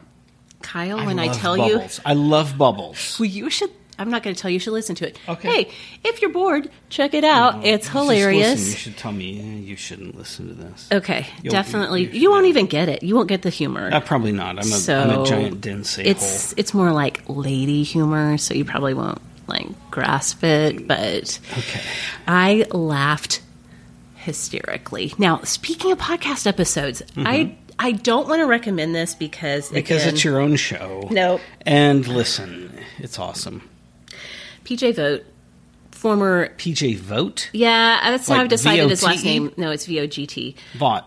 Speaker 1: Kyle, when I
Speaker 2: love
Speaker 1: tell
Speaker 2: bubbles. I love bubbles.
Speaker 1: you, well, you should, I'm not going to tell you, you should listen to it.
Speaker 2: Okay.
Speaker 1: Hey, if you're bored, check it out. it's
Speaker 2: Just listen, You
Speaker 1: hilarious.
Speaker 2: should tell me. eh, You shouldn't listen to this.
Speaker 1: Okay,
Speaker 2: You'll-
Speaker 1: definitely.
Speaker 2: you-
Speaker 1: You,
Speaker 2: you
Speaker 1: won't
Speaker 2: should-
Speaker 1: even get it. You won't get the humor.
Speaker 2: Uh, probably not. I'm a, am a giant dense a hole.
Speaker 1: It's it's more like lady humor, so you probably won't like grasp it. But
Speaker 2: Okay.
Speaker 1: I laughed hysterically. Now, speaking of podcast episodes, I I don't want to recommend this because
Speaker 2: Mm-hmm. Because
Speaker 1: again,
Speaker 2: it's your own show.
Speaker 1: Nope.
Speaker 2: And listen, it's awesome.
Speaker 1: PJ Vote, former
Speaker 2: PJ Vote?
Speaker 1: yeah, that's how
Speaker 2: Like
Speaker 1: I've decided his last
Speaker 2: VOTE?
Speaker 1: name. No, it's V O G T.
Speaker 2: Vot.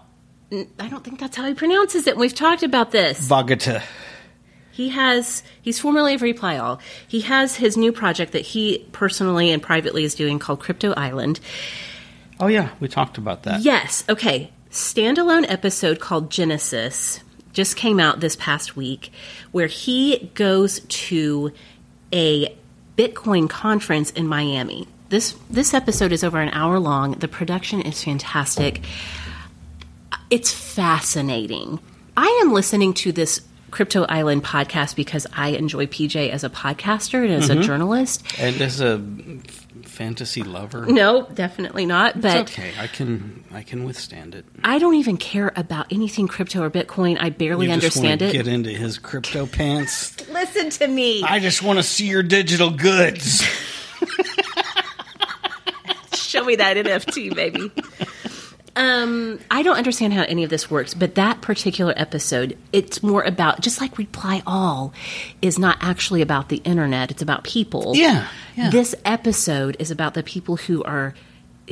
Speaker 1: I don't think that's how he pronounces it. We've talked about this.
Speaker 2: Vagata.
Speaker 1: He has he's formerly of Reply All. He has his new project that he personally and privately is doing called Crypto Island.
Speaker 2: Oh, yeah. We talked about that.
Speaker 1: Yes, okay. Standalone episode called Genesis just came out this past week where he goes to a Bitcoin conference in Miami. This this episode is over an hour long. The production is fantastic. It's fascinating. I am listening to this Crypto Island podcast because I enjoy PJ as a podcaster and as
Speaker 2: Mm-hmm.
Speaker 1: a journalist.
Speaker 2: And as a f- fantasy lover,
Speaker 1: No, definitely not. But
Speaker 2: it's okay. I can I can withstand it.
Speaker 1: I don't even care about anything crypto or Bitcoin. I barely
Speaker 2: You just
Speaker 1: understand
Speaker 2: wanna
Speaker 1: it.
Speaker 2: Get into his crypto pants.
Speaker 1: Listen to me.
Speaker 2: I just want to see your
Speaker 1: (laughs)
Speaker 2: digital goods.
Speaker 1: Show me that NFT, baby. Um, I don't understand how any of this works, but that particular episode, it's more about just like Reply All is not actually about the internet, it's about people.
Speaker 2: Yeah, yeah.
Speaker 1: This episode is about the people who are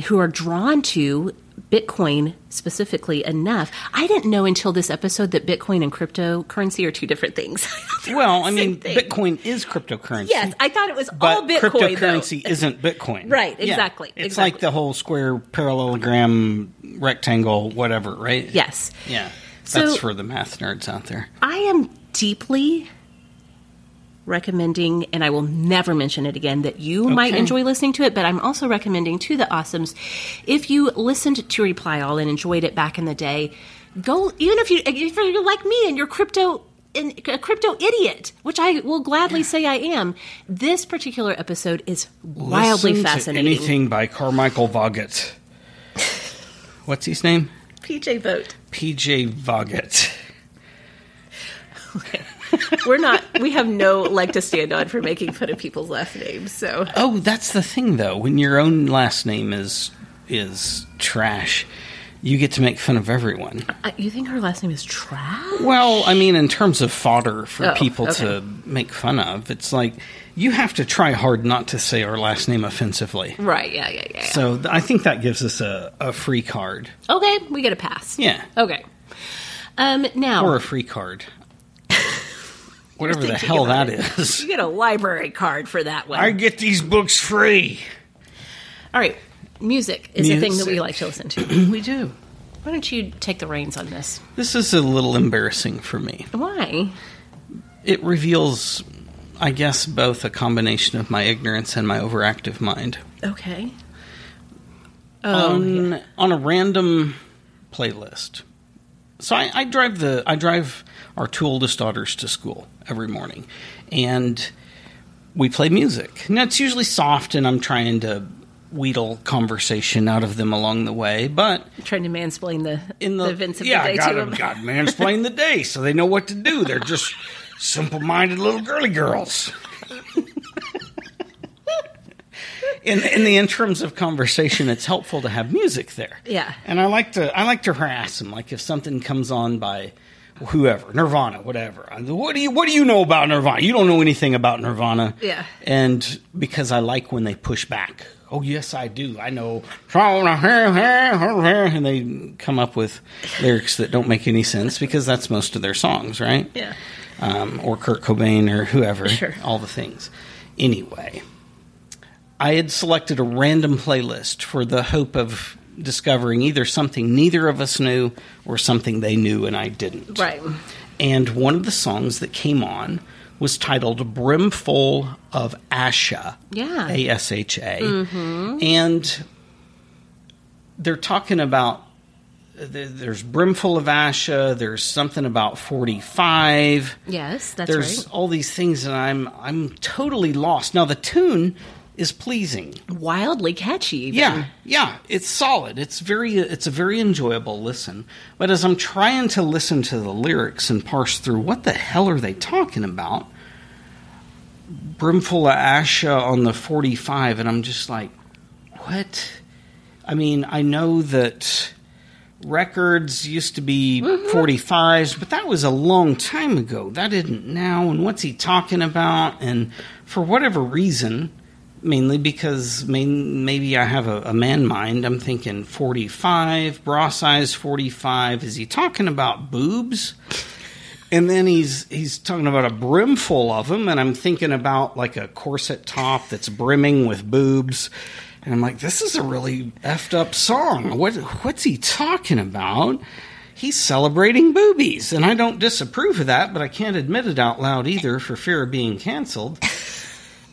Speaker 1: who are drawn to Bitcoin specifically enough. I didn't know until this episode that Bitcoin and cryptocurrency are two different things. (laughs)
Speaker 2: Well, I
Speaker 1: Same
Speaker 2: mean,
Speaker 1: thing.
Speaker 2: Bitcoin is cryptocurrency.
Speaker 1: Yes, I thought it was
Speaker 2: but
Speaker 1: all Bitcoin.
Speaker 2: cryptocurrency
Speaker 1: though.
Speaker 2: isn't Bitcoin.
Speaker 1: Right,
Speaker 2: Yeah.
Speaker 1: exactly,
Speaker 2: It's
Speaker 1: exactly.
Speaker 2: like the whole square parallelogram rectangle, whatever, right?
Speaker 1: Yes.
Speaker 2: Yeah.
Speaker 1: So-
Speaker 2: That's for the math nerds out there.
Speaker 1: I am deeply recommending, and I will never mention it again, that you might enjoy listening to it, but I'm also recommending to the Awesomes if you listened to Reply All and enjoyed it back in the day, go, even if, you, if you're like me and you're crypto. In, a crypto idiot, which I will gladly say I am. This particular episode is wildly
Speaker 2: Listen to
Speaker 1: fascinating.
Speaker 2: anything by Carmichael Vaughet. What's his name?
Speaker 1: PJ vote.
Speaker 2: PJ Vaughet.
Speaker 1: We're not. We have no leg to stand on for making fun of people's last names. So
Speaker 2: Oh, that's the thing though. When your own last name is is trash, you get to make fun of everyone.
Speaker 1: Uh, you think her last name is Trav?
Speaker 2: Well, I mean, in terms of fodder for
Speaker 1: Oh,
Speaker 2: people to
Speaker 1: okay.
Speaker 2: make fun of, it's like you have to try hard not to say our last name offensively.
Speaker 1: Right. Yeah. Yeah. Yeah.
Speaker 2: So th- I think that gives us a, a free card.
Speaker 1: okay, we get a pass.
Speaker 2: Yeah.
Speaker 1: Okay. Um. Now. (laughs)
Speaker 2: Or a free card. Whatever the
Speaker 1: thinking
Speaker 2: hell
Speaker 1: about
Speaker 2: that
Speaker 1: it.
Speaker 2: is.
Speaker 1: You get a library card for that one.
Speaker 2: I get these books free.
Speaker 1: All right, music is a thing that we
Speaker 2: Music.
Speaker 1: like to listen to.
Speaker 2: (clears throat) we do.
Speaker 1: Why don't you take the reins on this?
Speaker 2: This is a little embarrassing for me.
Speaker 1: Why?
Speaker 2: It reveals, I guess, both a combination of my ignorance and my overactive mind.
Speaker 1: Okay.
Speaker 2: on, on a random playlist. So I, I drive the I drive our two oldest daughters to school every morning, and we play music. Now it's usually soft, and I'm trying to wheedle conversation out of them along the way. But
Speaker 1: Trying to mansplain the,
Speaker 2: in
Speaker 1: the,
Speaker 2: the,
Speaker 1: events of
Speaker 2: yeah,
Speaker 1: the day
Speaker 2: got
Speaker 1: to
Speaker 2: them.
Speaker 1: him.
Speaker 2: Got mansplain the day, so they know what to do. They're just simple-minded little
Speaker 1: (laughs)
Speaker 2: girly girls. in in the interims of conversation, it's helpful to have music there.
Speaker 1: Yeah.
Speaker 2: and I like to I like to harass them. Like if something comes on by whoever, Nirvana, whatever. I- What do you What do you know about Nirvana? You don't know anything about Nirvana.
Speaker 1: Yeah.
Speaker 2: and because I like when they push back. Oh yes, I do. I know. And they come up with lyrics that don't make any sense because that's most of their songs, right?
Speaker 1: Yeah.
Speaker 2: um, or Kurt Cobain or whoever,
Speaker 1: Sure.
Speaker 2: all the things. Anyway, I had selected a random playlist for the hope of discovering either something neither of us knew or something they knew and I didn't.
Speaker 1: Right.
Speaker 2: And one of the songs that came on was titled Brimful of Asha.
Speaker 1: Yeah. Mm-hmm.
Speaker 2: A S H A. And they're talking about th- there's Brimful of Asha, there's something about 45
Speaker 1: Yes, that's
Speaker 2: there's all these things and I'm I'm totally lost. Now the tune is pleasing.
Speaker 1: right. Wildly catchy. even.
Speaker 2: Yeah. Yeah, it's solid. It's very it's a very enjoyable listen. But as I'm trying to listen to the lyrics and parse through what the hell are they talking about? Brimful of Asha on the 45 and I'm just like what? I mean, I know that records used to be 45s, but that was a long time ago. That isn't now. And what's he talking about? And for whatever reason, mainly because main, maybe I have a, a man mind, I'm thinking 45, bra size 45. Is he talking about boobs? And then he's he's talking about a brimful of them, and I'm thinking about like a corset top that's brimming with boobs, and I'm like, this is a really effed up song. What what's he talking about? He's celebrating boobies, and I don't disapprove of that, but I can't admit it out loud either for fear of being canceled.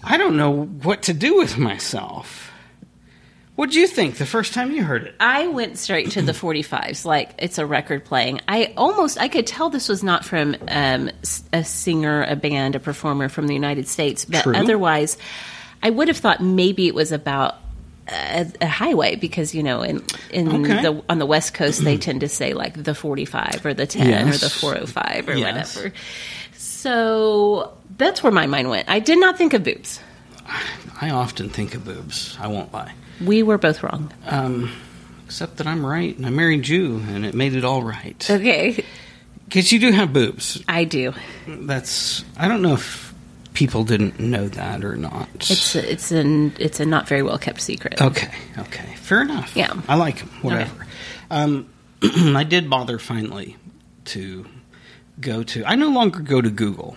Speaker 2: I don't know what to do with myself. What'd you think the first time you heard it?
Speaker 1: I went straight to the 45s, like it's a record playing. I almost, I could tell this was not from um, s- a singer, a band, a performer from the United States, but
Speaker 2: True.
Speaker 1: otherwise, I would have thought maybe it was about a, a highway because you know, in in
Speaker 2: Okay.
Speaker 1: the on the West Coast, they tend to say like the 45 or the 10 or the
Speaker 2: Yes.
Speaker 1: 405 or
Speaker 2: Yes.
Speaker 1: whatever. So that's where my mind went. I did not think of boobs.
Speaker 2: I often think of boobs. I won't lie.
Speaker 1: We were both wrong.
Speaker 2: Um, except that I'm right, and I married you, and it made it all right.
Speaker 1: Okay,
Speaker 2: Because you do have boobs.
Speaker 1: I do.
Speaker 2: That's I don't know if people didn't know that or not.
Speaker 1: It's a, it's an it's a not very well kept secret.
Speaker 2: okay, okay, fair enough.
Speaker 1: Yeah.
Speaker 2: I like 'em, Whatever. Um, (clears throat) I did bother finally to go to. I no longer go to Google.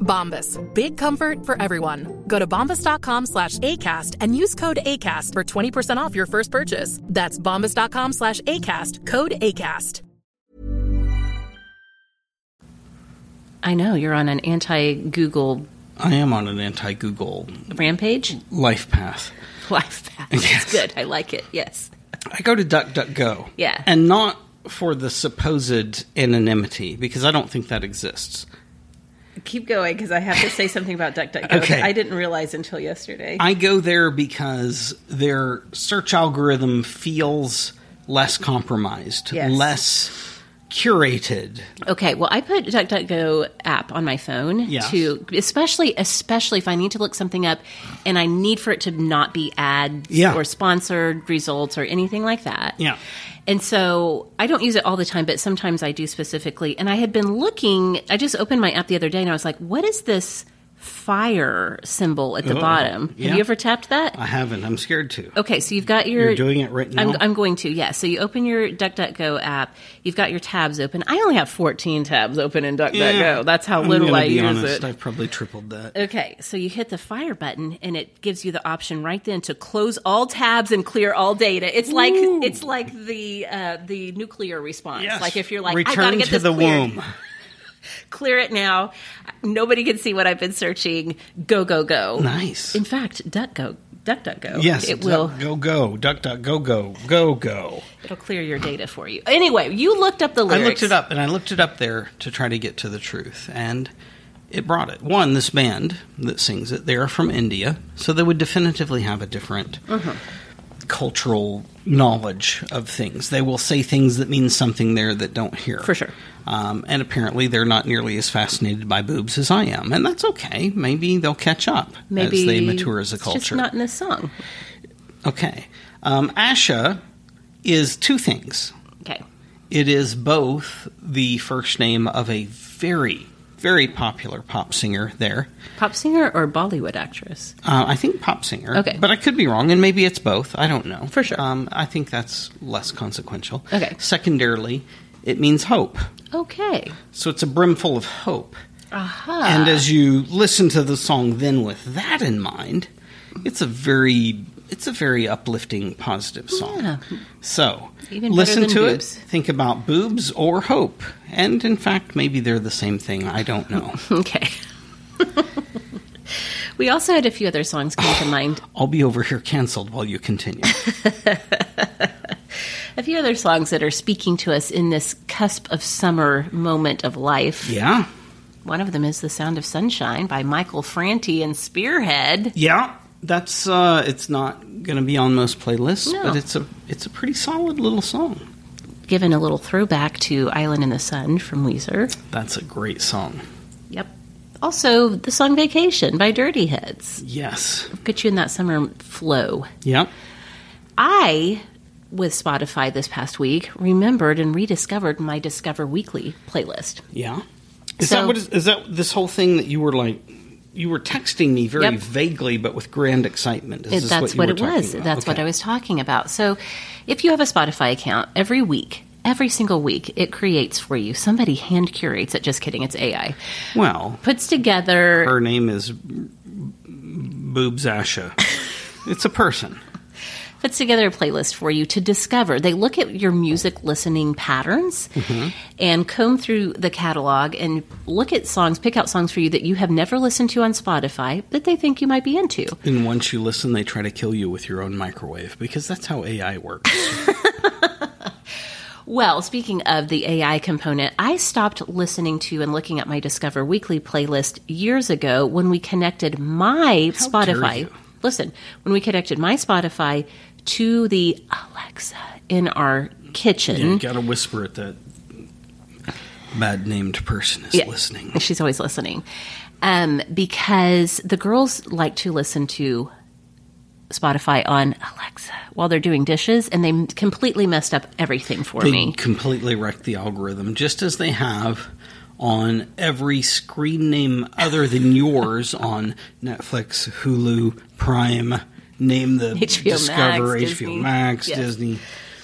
Speaker 3: Bombas. Big comfort for everyone. Go to bombas.com slash ACAST and use code ACAST for 20% off your first purchase. That's bombas.com slash ACAST, code ACAST.
Speaker 1: I know you're on an anti Google
Speaker 2: I am on an anti-Google
Speaker 1: rampage.
Speaker 2: life path.
Speaker 1: (laughs) Life path. That's
Speaker 2: Yes.
Speaker 1: good. I like it. Yes.
Speaker 2: I go to DuckDuckGo.
Speaker 1: Yeah.
Speaker 2: And not for the supposed anonymity, because I don't think that exists.
Speaker 1: Keep going because I have to say something about DuckDuckGo.
Speaker 2: Okay.
Speaker 1: I didn't realize until yesterday.
Speaker 2: I go there because their search algorithm feels less compromised,
Speaker 1: Yes.
Speaker 2: less curated.
Speaker 1: Okay, well, I put DuckDuckGo app on my phone
Speaker 2: Yeah.
Speaker 1: to especially especially if I need to look something up and I need for it to not be ads
Speaker 2: Yeah.
Speaker 1: or sponsored results or anything like that.
Speaker 2: Yeah.
Speaker 1: And so I don't use it all the time, but sometimes I do specifically. And I had been looking, I just opened my app the other day and I was like, what is this fire symbol at the
Speaker 2: Oh,
Speaker 1: bottom?
Speaker 2: yeah.
Speaker 1: Have you ever tapped that?
Speaker 2: I haven't. I'm scared to.
Speaker 1: Okay, so you've got your.
Speaker 2: You're doing it right now?
Speaker 1: I'm, I'm going to, yes. So you open your DuckDuckGo app. You've got your tabs open. I only have 14 tabs open in DuckDuckGo. That's how
Speaker 2: I'm
Speaker 1: little
Speaker 2: gonna
Speaker 1: I
Speaker 2: be
Speaker 1: use
Speaker 2: honest,
Speaker 1: it.
Speaker 2: I've probably tripled that.
Speaker 1: Okay, so you hit the fire button and it gives you the option right then to close all tabs and clear all data. It's like it's like the uh, the nuclear response. Like if you're like
Speaker 2: return
Speaker 1: I gotta get
Speaker 2: to
Speaker 1: this
Speaker 2: the
Speaker 1: cleared.
Speaker 2: womb.
Speaker 1: clear it now. Nobody can see what I've been searching. Go go go.
Speaker 2: Nice.
Speaker 1: In fact, DuckDuckGo. DuckDuckGo.
Speaker 2: Yes,
Speaker 1: it
Speaker 2: duck,
Speaker 1: will.
Speaker 2: go go duck duck go go go go.
Speaker 1: It'll clear your data for you. Anyway, you looked up the lyrics.
Speaker 2: I looked it up and I looked it up there to try to get to the truth, and it brought it. One, this band that sings it, they are from India, so they would definitively have a different
Speaker 1: Uh-huh.
Speaker 2: cultural knowledge of things. They will say things that mean something there that don't here
Speaker 1: For sure.
Speaker 2: Um, and apparently, they're not nearly as fascinated by boobs as I am, and that's okay. Maybe they'll catch up
Speaker 1: Maybe
Speaker 2: as they mature as a
Speaker 1: it's
Speaker 2: culture.
Speaker 1: just not in this song.
Speaker 2: Okay. Um, Asha is two things.
Speaker 1: Okay.
Speaker 2: It is both the first name of a very, very popular pop singer there.
Speaker 1: Pop singer or Bollywood actress?
Speaker 2: Uh, I think pop singer.
Speaker 1: Okay.
Speaker 2: But I could be wrong, and maybe it's both. I don't know.
Speaker 1: For sure.
Speaker 2: Um, I think that's less consequential.
Speaker 1: Okay.
Speaker 2: Secondarily, it means hope.
Speaker 1: Okay. (laughs)
Speaker 2: So it's a brimful of hope.
Speaker 1: Aha.
Speaker 2: And as you listen to the song, then with that in mind, it's a very it's a very uplifting, positive song.
Speaker 1: Yeah.
Speaker 2: So
Speaker 1: Even better
Speaker 2: listen
Speaker 1: than
Speaker 2: to
Speaker 1: boobs.
Speaker 2: it. Think about boobs or hope, and in fact, maybe they're the same thing. I don't
Speaker 1: (laughs)
Speaker 2: know.
Speaker 1: Okay. we also had a few other songs come to mind.
Speaker 2: I'll be over here canceled while
Speaker 1: (laughs)
Speaker 2: you continue.
Speaker 1: A few other songs that are speaking to us in this cusp of summer moment of life.
Speaker 2: yeah,
Speaker 1: One of them is The Sound of Sunshine by Michael Franti and Spearhead.
Speaker 2: yeah. That's uh, it's not going to be on most playlists,
Speaker 1: No.
Speaker 2: but it's a it's a pretty solid little song.
Speaker 1: Given a little throwback to Island in the Sun from Weezer.
Speaker 2: That's a great song.
Speaker 1: Yep. Also, the song Vacation by Dirty Heads.
Speaker 2: Yes.
Speaker 1: Get you in that summer flow.
Speaker 2: Yep.
Speaker 1: I, with Spotify this past week, remembered and rediscovered my Discover Weekly playlist.
Speaker 2: Yeah. Is
Speaker 1: So-
Speaker 2: that what is, is that this whole thing that you were like you were texting me very
Speaker 1: Yep.
Speaker 2: vaguely but with grand excitement. Is
Speaker 1: It-
Speaker 2: this
Speaker 1: that's
Speaker 2: you
Speaker 1: what,
Speaker 2: were
Speaker 1: it
Speaker 2: talking
Speaker 1: was.
Speaker 2: about?
Speaker 1: That's what
Speaker 2: Okay.
Speaker 1: I was talking about. So, if you have a Spotify account, every week, every single week, it creates for you. Somebody hand curates it. Just kidding. It's AI.
Speaker 2: Well,
Speaker 1: Puts together.
Speaker 2: her name is Boobs Asha. it's a person.
Speaker 1: puts together a playlist for you to discover. They look at your music listening patterns
Speaker 2: Mm-hmm.
Speaker 1: and comb through the catalog and look at songs, pick out songs for you that you have never listened to on Spotify that they think you might be into.
Speaker 2: And once you listen, they try to kill you with your own microwave because that's how AI works.
Speaker 1: Well, speaking of the AI component, I stopped listening to and looking at my Discover Weekly playlist years ago when we connected my
Speaker 2: How dare
Speaker 1: Spotify.
Speaker 2: you.
Speaker 1: Listen, when we connected my Spotify to the Alexa in our kitchen.
Speaker 2: you got to whisper at that bad named person is
Speaker 1: Yeah.
Speaker 2: listening.
Speaker 1: She's always listening. Um, because the girls like to listen to Spotify on Alexa while they're doing dishes, and they m- completely messed up everything for
Speaker 2: They
Speaker 1: me.
Speaker 2: completely wrecked the algorithm, just as they have on every screen name
Speaker 1: (laughs)
Speaker 2: other than yours on Netflix, Hulu, Prime,
Speaker 1: (laughs)
Speaker 2: name
Speaker 1: HBO
Speaker 2: the
Speaker 1: Max,
Speaker 2: Discover, HBO
Speaker 1: Disney.
Speaker 2: Max,
Speaker 1: Yes.
Speaker 2: Disney,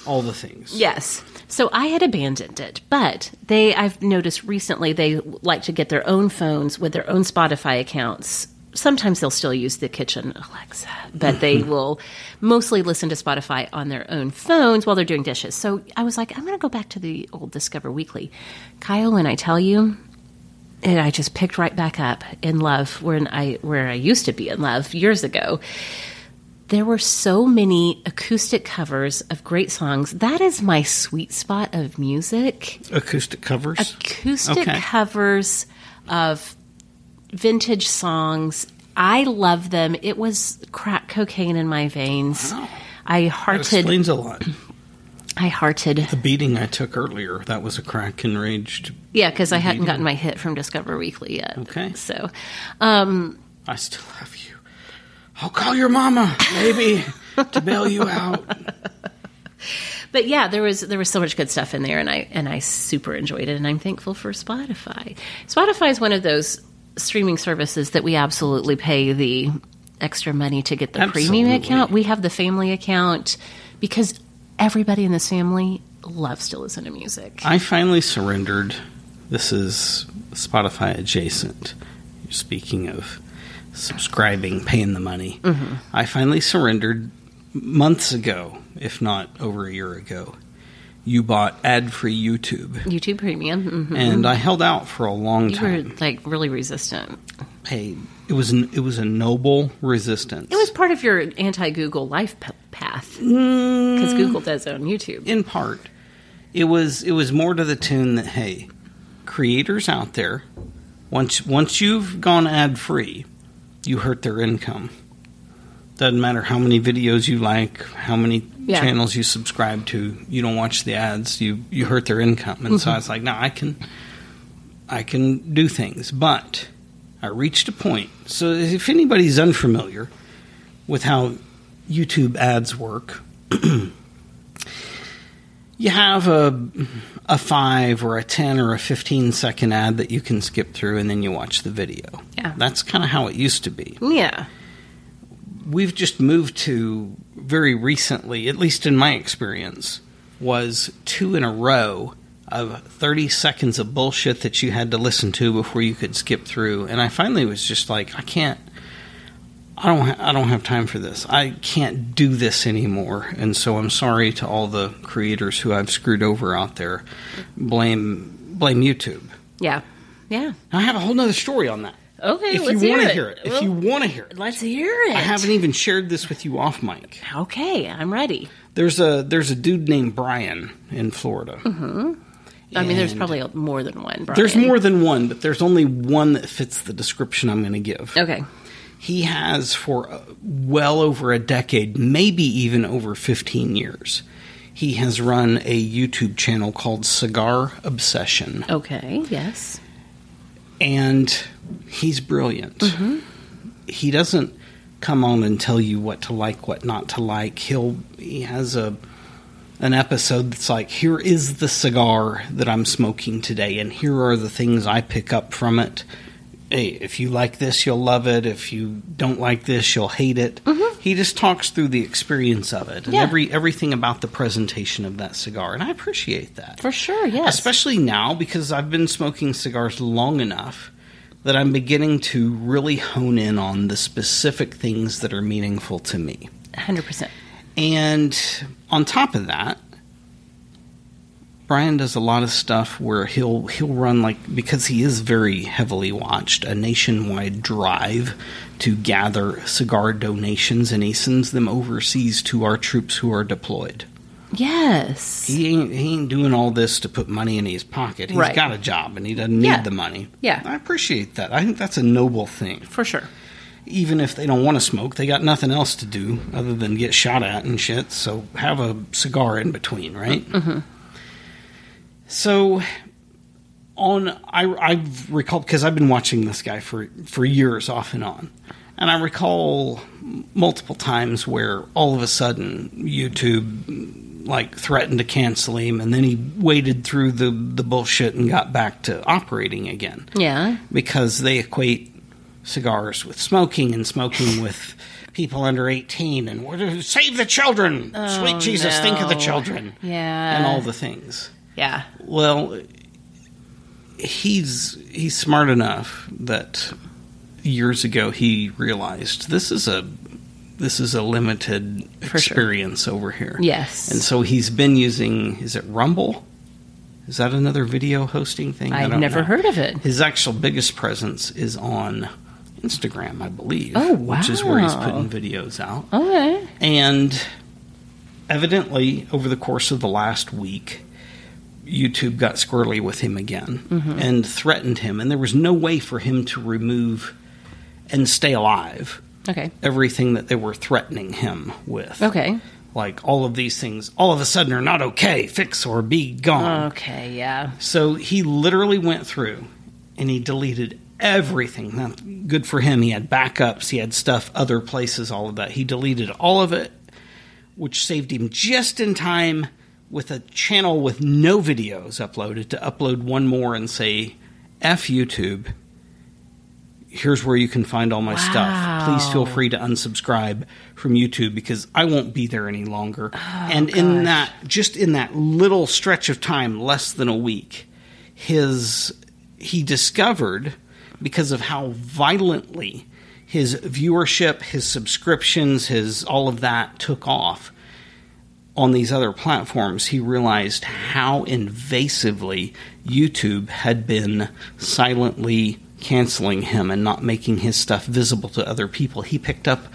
Speaker 2: all the things.
Speaker 1: Yes. So I had abandoned it, but they I've noticed recently they like to get their own phones with their own Spotify accounts. Sometimes they'll still use the kitchen Alexa, but they will mostly listen to Spotify on their own phones while they're doing dishes. So I was like, I'm going to go back to the old Discover Weekly. Kyle, and I tell you, and I just picked right back up in love where I where I used to be in love years ago there were so many acoustic covers of great songs. That is my sweet spot of music.
Speaker 2: Acoustic covers?
Speaker 1: Acoustic
Speaker 2: Okay.
Speaker 1: covers of vintage songs. I love them. It was crack cocaine in my veins.
Speaker 2: Oh.
Speaker 1: I
Speaker 2: That
Speaker 1: hearted
Speaker 2: explains a lot.
Speaker 1: I hearted
Speaker 2: The beating I took earlier, that was a crack enraged.
Speaker 1: Yeah, because I hadn't
Speaker 2: beating.
Speaker 1: gotten my hit from Discover Weekly yet.
Speaker 2: Okay.
Speaker 1: So, um,
Speaker 2: I still love you. I'll call your mama, maybe, to bail you out.
Speaker 1: but yeah, there was there was so much good stuff in there, and I and I super enjoyed it, and I'm thankful for Spotify. Spotify is one of those streaming services that we absolutely pay the extra money to get the premium
Speaker 2: Absolutely.
Speaker 1: account. We have the family account because everybody in this family loves to listen to music.
Speaker 2: I finally surrendered. This is Spotify adjacent. Speaking of subscribing, paying the money,
Speaker 1: Mm-hmm.
Speaker 2: I finally surrendered months ago, if not over a year ago. You bought ad free YouTube,
Speaker 1: YouTube Premium, hmm
Speaker 2: and I held out for a long
Speaker 1: you
Speaker 2: time.
Speaker 1: were like really resistant.
Speaker 2: Hey, it was an, it was a noble resistance.
Speaker 1: It was part of your anti Google life p- path because
Speaker 2: Mm.
Speaker 1: Google does own YouTube.
Speaker 2: in part it was it was more to the tune that hey creators out there once once you've gone ad free you hurt their income doesn't matter how many videos you like how many
Speaker 1: Yeah.
Speaker 2: channels you subscribe to you don't watch the ads you you hurt their income and so I was like no I can I can do things but I reached a point so if anybody's unfamiliar with how YouTube ads work (clears throat) you have a a five or a ten or a fifteen second ad that you can skip through, and then you watch the video.
Speaker 1: Yeah.
Speaker 2: that's kind of how it used to be.
Speaker 1: Yeah.
Speaker 2: We've just moved to very recently, at least in my experience, was two in a row of thirty seconds of bullshit that you had to listen to before you could skip through, and I finally was just like, I can't. I don't. Ha- I don't have time for this. I can't do this anymore, and so I'm sorry to all the creators who I've screwed over out there. Blame blame YouTube.
Speaker 1: Yeah. Yeah.
Speaker 2: I have a whole nother story on that.
Speaker 1: Okay,
Speaker 2: if
Speaker 1: let's
Speaker 2: you
Speaker 1: hear
Speaker 2: wanna
Speaker 1: it.
Speaker 2: hear it, if
Speaker 1: Well,
Speaker 2: you want to hear it,
Speaker 1: Let's hear it.
Speaker 2: I haven't even shared this with you off mic.
Speaker 1: Okay, I'm ready.
Speaker 2: There's a there's a dude named Brian in Florida.
Speaker 1: Mm-hmm. I mean, there's
Speaker 2: And-
Speaker 1: probably more than one. Brian.
Speaker 2: There's more than one, but there's only one that fits the description I'm going to give.
Speaker 1: Okay.
Speaker 2: He has for uh, well over a decade, maybe even over 15 years, he has run a YouTube channel called Cigar Obsession.
Speaker 1: Okay. Yes.
Speaker 2: and he's brilliant. He doesn't come on and tell you what to like, what not to like. He'll he has a an episode that's like, here is the cigar that I'm smoking today, and here are the things I pick up from it. Hey, if you like this, you'll love it. If you don't like this, you'll hate it. He just talks through the experience of it and
Speaker 1: Yeah.
Speaker 2: every everything about the presentation of that cigar, and I appreciate that
Speaker 1: For sure. Oh, Yes.
Speaker 2: especially now because I've been smoking cigars long enough that I'm beginning to really hone in on the specific things that are meaningful to me.
Speaker 1: 100%.
Speaker 2: And on top of that, Brian does a lot of stuff where he'll he'll run like because he is very heavily watched a nationwide drive to gather cigar donations and he sends them overseas to our troops who are deployed.
Speaker 1: Yes.
Speaker 2: He ain't, he ain't doing all this to put money in his pocket. He's
Speaker 1: Right.
Speaker 2: got a job and he doesn't need
Speaker 1: Yeah.
Speaker 2: the money.
Speaker 1: Yeah.
Speaker 2: I appreciate that. I think that's a noble thing.
Speaker 1: For sure.
Speaker 2: Even if they don't want to smoke, they got nothing else to do other than get shot at and shit. So have a cigar in between, right? Mm-hmm. So on I I've recalled because I've been watching this guy for for years off and on, and I recall multiple times where all of a sudden YouTube like threatened to cancel him, and then he waded through the the bullshit and got back to operating again
Speaker 1: Yeah.
Speaker 2: because they equate cigars with smoking and smoking with people under 18 and we're- save the children sweet jesus think of the
Speaker 1: Oh, no. Uh.
Speaker 2: children
Speaker 1: Yeah.
Speaker 2: and all the things
Speaker 1: Yeah.
Speaker 2: well, he's he's smart enough that years ago he realized this is a this is a limited
Speaker 1: sure.
Speaker 2: experience over here.
Speaker 1: Yes.
Speaker 2: and so he's been using is it Rumble? Is that another video hosting thing? I
Speaker 1: I've
Speaker 2: don't
Speaker 1: never
Speaker 2: know.
Speaker 1: heard of it.
Speaker 2: His actual biggest presence is on Instagram, I believe.
Speaker 1: Oh,
Speaker 2: Which is where he's
Speaker 1: wow.
Speaker 2: putting videos out.
Speaker 1: Okay.
Speaker 2: And evidently, over the course of the last week, YouTube got squirrely with him again
Speaker 1: Mm-hmm.
Speaker 4: Mhm.
Speaker 2: and threatened him, and there was no way for him to remove and stay alive
Speaker 1: Okay.
Speaker 2: everything that they were threatening him with.
Speaker 1: Okay.
Speaker 2: Like all of these things all of a sudden are not okay, fix or be gone.
Speaker 1: Oh, Okay. Yeah.
Speaker 2: So he literally went through and he deleted everything. Now, good for him. He had backups, he had stuff, other places, all of that. He deleted all of it, which saved him just in time with a channel with no videos uploaded to upload one more and say, F YouTube. Here's where you can find all my stuff. Please feel
Speaker 4: Wow.
Speaker 2: free to unsubscribe from YouTube because I won't be there any longer. and in
Speaker 4: Oh, gosh.
Speaker 2: that, just in that little stretch of time, less than a week, his he discovered because of how violently his viewership, his subscriptions, his all of that took off on these other platforms, he realized how invasively YouTube had been silently canceling him and not making his stuff visible to other people. He picked up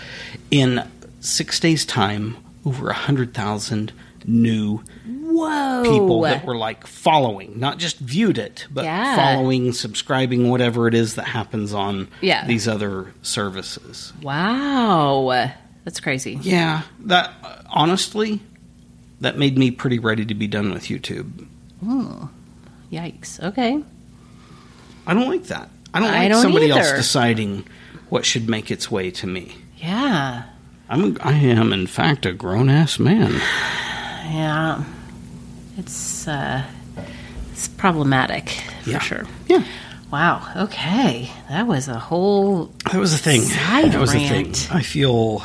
Speaker 2: in six days' time over 100,000 new
Speaker 1: Whoa.
Speaker 2: people that were like following, not just viewed it, but
Speaker 1: Oh. Yeah.
Speaker 2: following, subscribing, whatever it is that happens on
Speaker 1: Yeah.
Speaker 2: these other services.
Speaker 1: Wow. That's crazy.
Speaker 2: Yeah, that honestly, that made me pretty ready to be done with YouTube.
Speaker 1: Oh. Yikes. Okay.
Speaker 2: I don't like that. I don't
Speaker 1: I
Speaker 2: like
Speaker 1: don't
Speaker 2: somebody else
Speaker 1: either.
Speaker 2: deciding what should make its way to me.
Speaker 1: Yeah.
Speaker 2: I'm, I am, in fact, a grown ass man.
Speaker 1: Yeah. It's uh it's problematic for
Speaker 2: Yeah.
Speaker 1: sure.
Speaker 2: Yeah.
Speaker 1: Wow. Okay. That was a whole (laughs)
Speaker 2: That was a thing.
Speaker 1: Side
Speaker 2: that was
Speaker 1: rant.
Speaker 2: a thing. I feel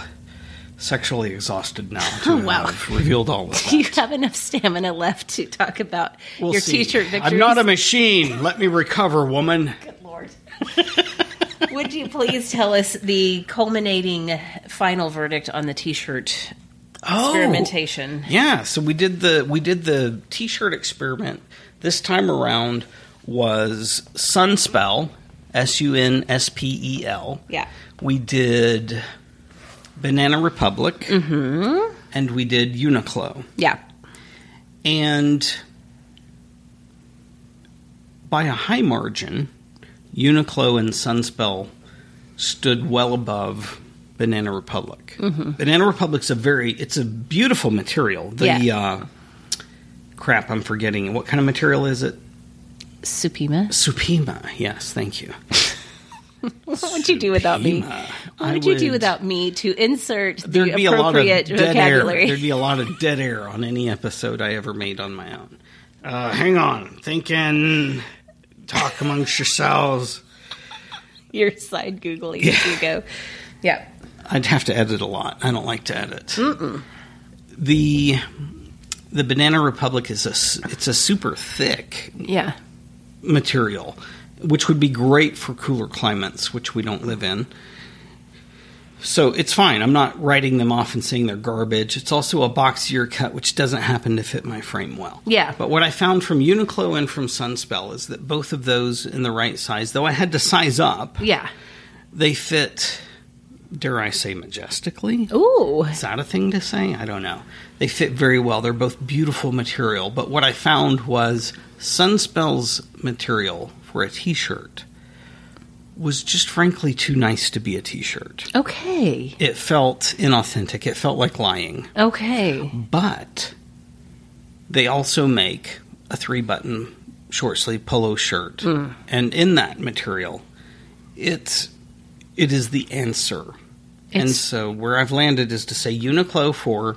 Speaker 2: sexually exhausted now. To
Speaker 1: Oh, (laughs) wow.
Speaker 2: have revealed
Speaker 1: (laughs)
Speaker 2: all of that.
Speaker 1: Do you have enough stamina left to talk about
Speaker 2: We'll
Speaker 1: your
Speaker 2: see.
Speaker 1: t-shirt victories?
Speaker 2: I'm
Speaker 1: (laughs)
Speaker 2: not a machine. Let me recover, woman.
Speaker 1: Good lord. Would you please tell us the culminating final verdict on the t-shirt
Speaker 2: Oh.
Speaker 1: experimentation?
Speaker 2: Yeah, so we did the we did the t-shirt experiment. This time around was Sunspell, S U N S P E L.
Speaker 1: Yeah.
Speaker 2: We did Banana Republic. Mm-hmm. And we did Uniqlo.
Speaker 1: Yeah.
Speaker 2: And by a high margin, Uniqlo and Sunspell stood well above Banana Republic.
Speaker 1: Mm-hmm.
Speaker 4: Mhm.
Speaker 2: Banana Republic's a very it's a beautiful material. The
Speaker 4: Yeah.
Speaker 2: uh crap, I'm forgetting. What kind of material is it?
Speaker 1: Supima.
Speaker 2: Supima. Yes, thank you.
Speaker 1: What would you do without me?
Speaker 2: Supima.
Speaker 1: What
Speaker 2: I
Speaker 1: would you do
Speaker 2: would-
Speaker 1: without me to insert the
Speaker 2: There'd be a lot of
Speaker 1: appropriate
Speaker 2: dead air.
Speaker 1: vocabulary?
Speaker 2: There'd be a lot of dead air on any episode I ever made on my own. Uh, hang on, I'm thinking. Talk amongst yourselves.
Speaker 1: (laughs) Your side googling
Speaker 2: Yeah.
Speaker 1: as you go. Yeah.
Speaker 2: I'd have to edit a lot. I don't like to edit.
Speaker 1: Mm-mm.
Speaker 2: the The Banana Republic is a s- it's a super thick
Speaker 1: Yeah.
Speaker 2: material, which would be great for cooler climates, which we don't live in. So it's fine. I'm not writing them off and saying they're garbage. It's also a boxier cut, which doesn't happen to fit my frame well.
Speaker 1: Yeah.
Speaker 2: But what I found from Uniqlo and from Sunspell is that both of those in the right size, though I had to size up,
Speaker 1: (laughs) Yeah.
Speaker 2: they fit, dare I say, majestically.
Speaker 1: Ooh.
Speaker 2: Is that a thing to say? I don't know. They fit very well. They're both beautiful material. But what I found was Sunspell's material for a t shirt was just frankly too nice to be a t shirt.
Speaker 1: Okay.
Speaker 2: It felt inauthentic, it felt like lying.
Speaker 1: Okay.
Speaker 2: But they also make a three button short sleeve polo shirt.
Speaker 1: Hmm.
Speaker 4: Mm.
Speaker 2: And in that material, it's it is the answer. and
Speaker 4: It's-
Speaker 2: so where I've landed is to say Uniqlo for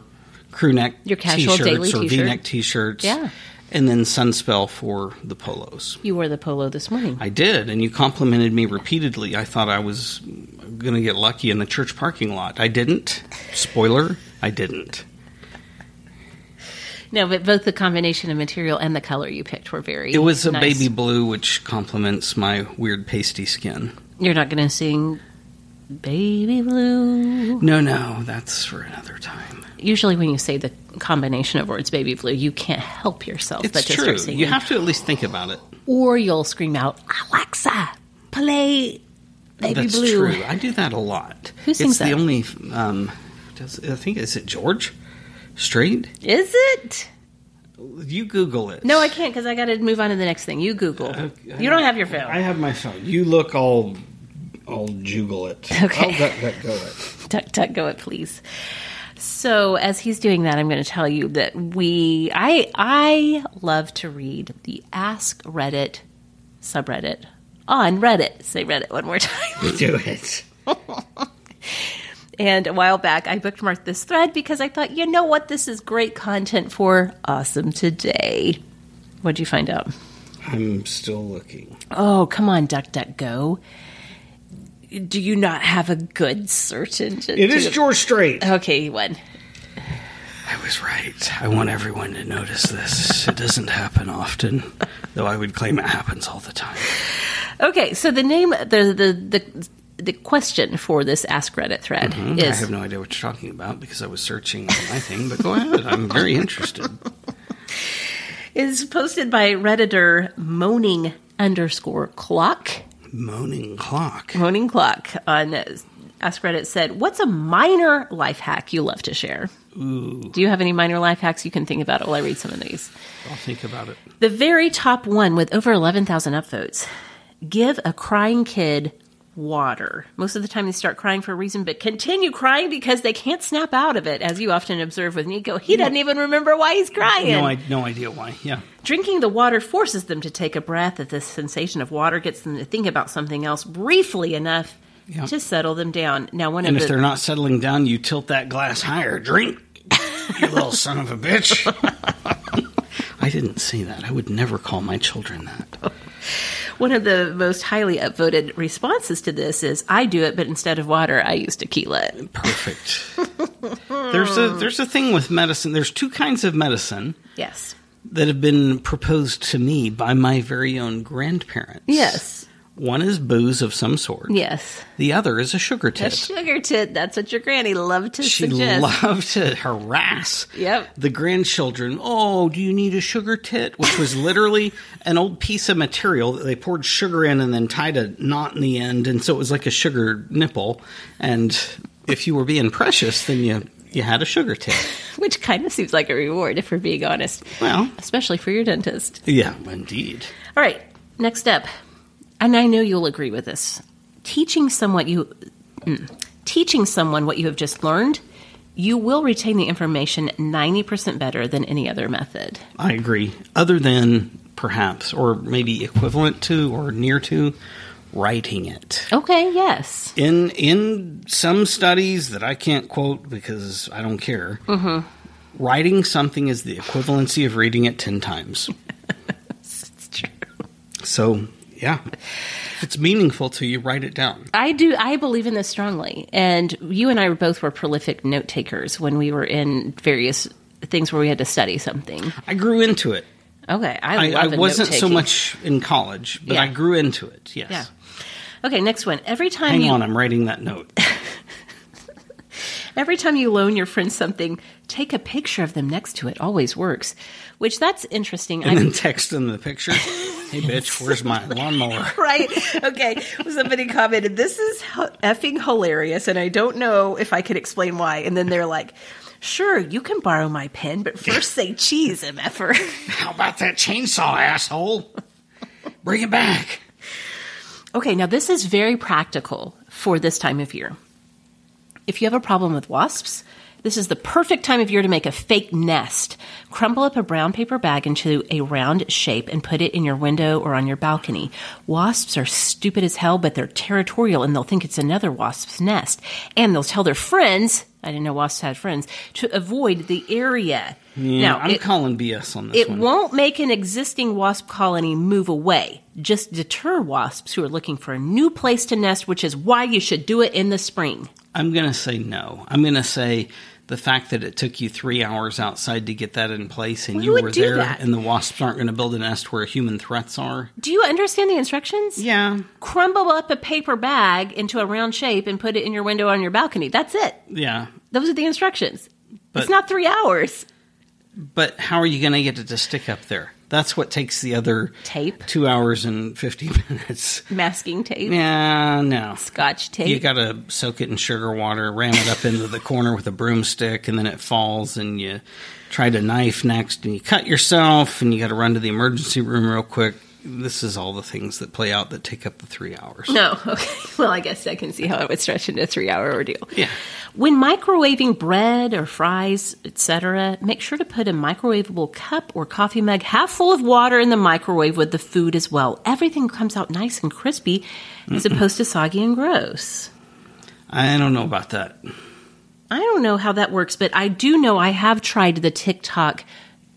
Speaker 2: crew neck
Speaker 1: Your casual
Speaker 2: t-shirts
Speaker 1: daily
Speaker 2: or
Speaker 1: t-shirt.
Speaker 2: V-neck t-shirts.
Speaker 1: Yeah.
Speaker 2: And then Sunspell for the polos.
Speaker 1: You wore the polo this morning.
Speaker 2: I did, and you complimented me repeatedly. I thought I was going to get lucky in the church parking lot. I didn't. Spoiler, I didn't.
Speaker 1: No, but both the combination of material and the color you picked were very.
Speaker 2: It was a
Speaker 1: nice.
Speaker 2: baby blue, which complements my weird pasty skin.
Speaker 1: You're not going to sing Baby Blue.
Speaker 2: No, no, that's for another time.
Speaker 1: Usually, when you say the combination of words Baby Blue, you can't help yourself but
Speaker 2: It's
Speaker 1: to
Speaker 2: true.
Speaker 1: start singing.
Speaker 2: You have to at least think about it.
Speaker 1: or you'll scream out, Alexa, play Baby
Speaker 2: That's
Speaker 1: Blue.
Speaker 2: true. I do that a lot.
Speaker 1: Who sings
Speaker 2: it's
Speaker 1: that?
Speaker 2: the only. Um, does, I think is it George Strait.
Speaker 1: Is it?
Speaker 2: You Google it.
Speaker 1: No, I can't because I got to move on to the next thing. You Google. you don't have your phone.
Speaker 2: Uh, I have my phone. You look all, all juggle it.
Speaker 1: Okay.
Speaker 2: I'll duck, duck, go it.
Speaker 1: duck duck go it please so as he's doing that i'm going to tell you that we i i love to read the ask reddit subreddit on reddit say reddit one more (laughs) time
Speaker 2: Do it.
Speaker 1: and a while back i bookmarked this thread because i thought you know what this is great content for awesome today what'd you find out
Speaker 2: I'm still looking.
Speaker 1: oh come on duck duck go do you not have a good search engine
Speaker 2: It is
Speaker 1: to-
Speaker 2: George Strait.
Speaker 1: okay you won
Speaker 2: I was right. I want everyone to notice this. It doesn't happen often, though I would claim it happens all the time.
Speaker 1: Okay, so the name the the the, the question for this Ask Reddit thread
Speaker 2: Mm-hmm. I
Speaker 1: is
Speaker 2: have no idea what you're talking about because I was searching on my thing, but go ahead. I'm very interested.
Speaker 1: is posted by redditor moaning underscore clock
Speaker 2: Moaning clock.
Speaker 1: moaning clock on Ask Reddit said, "What's a minor life hack you love to share? Do you have any minor life hacks you can think about while I read some of these?"
Speaker 2: I'll think about it.
Speaker 1: The very top one with over 11,000 upvotes. Give a crying kid water. Most of the time they start crying for a reason, but continue crying because they can't snap out of it, as you often observe with Nico. He doesn't even remember why he's crying.
Speaker 2: No, I no idea why. Yeah.
Speaker 1: Drinking the water forces them to take a breath. That the sensation of water gets them to think about something else briefly enough
Speaker 2: Yeah.
Speaker 1: to settle them down. Now, one
Speaker 2: And
Speaker 1: of
Speaker 2: if
Speaker 1: the
Speaker 2: they're not settling down, you tilt that glass higher. Drink, you little son of a bitch. I didn't say that. I would never call my children that.
Speaker 1: one of the most highly upvoted responses to this is, "I do it, but instead of water, I use tequila."
Speaker 2: Perfect. There's a there's a thing with medicine. There's two kinds of medicine
Speaker 1: Yes,
Speaker 2: that have been proposed to me by my very own grandparents.
Speaker 1: yes,
Speaker 2: One is booze of some sort.
Speaker 1: yes.
Speaker 2: The other is a sugar
Speaker 1: A
Speaker 2: tit.
Speaker 1: sugar tit. That's what your granny loved to
Speaker 2: she
Speaker 1: suggest.
Speaker 2: loved to harass
Speaker 1: Yep.
Speaker 2: the grandchildren. Oh, do you need a sugar tit? Which was literally an old piece of material that they poured sugar in and then tied a knot in the end, and so it was like a sugar nipple. And if you were being precious, then you you had a sugar tit.
Speaker 1: (laughs) Which kind of seems like a reward, if we're being honest.
Speaker 2: Well,
Speaker 1: Especially for your dentist.
Speaker 2: yeah, indeed.
Speaker 1: All right, next up. And I know you'll agree with this. Teaching someone you mm, teaching someone what you have just learned, you will retain the information 90% better than any other method.
Speaker 2: I agree. Other than perhaps, or maybe equivalent to, or near to, writing it.
Speaker 1: Okay, yes.
Speaker 2: in in some studies that I can't quote because I don't care.
Speaker 1: Mm-hmm.
Speaker 2: Writing something is the equivalency of reading it ten times.
Speaker 1: (laughs) It's true.
Speaker 2: So yeah, if it's meaningful to you, write it down.
Speaker 1: I do. I believe in this strongly. And you and I both were prolific note takers when we were in various things where we had to study something.
Speaker 2: I grew into it.
Speaker 1: Okay, I
Speaker 2: I,
Speaker 1: love
Speaker 2: I
Speaker 1: the
Speaker 2: wasn't so
Speaker 1: note-taking.
Speaker 2: much in college, but I
Speaker 1: Yeah.
Speaker 2: grew into it. Yes.
Speaker 1: Yeah. Okay, next one. Every time
Speaker 2: Hang
Speaker 1: you
Speaker 2: on, I'm writing that note.
Speaker 1: every time you loan your friend something, take a picture of them next to it. Always works. Which that's interesting. (laughs)
Speaker 2: And then
Speaker 1: I'm
Speaker 2: text them the picture. Hey, bitch, where's my lawnmower?
Speaker 1: right. Okay. Somebody commented, "This is h- effing hilarious," and I don't know if I could explain why. And then they're like. Sure, you can borrow my pen, but first say cheese, er." (laughs) MFR.
Speaker 2: How about that chainsaw, asshole? Bring it back.
Speaker 1: Okay, now this is very practical for this time of year. If you have a problem with wasps, this is the perfect time of year to make a fake nest. Crumple up a brown paper bag into a round shape and put it in your window or on your balcony. Wasps are stupid as hell, but they're territorial and they'll think it's another wasp's nest. And they'll tell their friends, I didn't know wasps had friends, to avoid the area.
Speaker 2: Yeah,
Speaker 1: now,
Speaker 2: I'm
Speaker 1: it-
Speaker 2: calling BS on this
Speaker 1: it
Speaker 2: one.
Speaker 1: won't make an existing wasp colony move away, just deter wasps who are looking for a new place to nest, which is why you should do it in the spring.
Speaker 2: I'm going to say no. I'm going to say the fact that it took you three hours outside to get that in place and
Speaker 1: Who
Speaker 2: you
Speaker 1: would
Speaker 2: were
Speaker 1: do
Speaker 2: there
Speaker 1: that?
Speaker 2: and the wasps aren't going to build a nest where human threats are.
Speaker 1: Do you understand the instructions?
Speaker 2: Yeah.
Speaker 1: Crumble up a paper bag into a round shape and put it in your window on your balcony. That's it.
Speaker 2: Yeah.
Speaker 1: Those are the instructions.
Speaker 2: But-
Speaker 1: it's not three hours.
Speaker 2: But how are you going to get it to stick up there? That's what takes the other
Speaker 1: tape,
Speaker 2: two hours and fifty (laughs) minutes.
Speaker 1: Masking tape.
Speaker 2: Yeah, no.
Speaker 1: Scotch tape.
Speaker 2: You gotta soak it in sugar water, ram it up into the corner with a broomstick, and then it falls, and you try to knife next, and you cut yourself, and you gotta run to the emergency room real quick. This is all the things that play out that take up the three
Speaker 1: (laughs)
Speaker 2: hours.
Speaker 1: No. Okay. Well, I guess I can see how it would stretch into a three-hour ordeal.
Speaker 2: Yeah.
Speaker 1: When microwaving bread or fries, etc., make sure to put a microwavable cup or coffee mug half full of water in the microwave with the food as well. Everything comes out nice and crispy, as opposed to soggy and gross.
Speaker 2: I don't know about that.
Speaker 1: I don't know how that works, but I do know I have tried the TikTok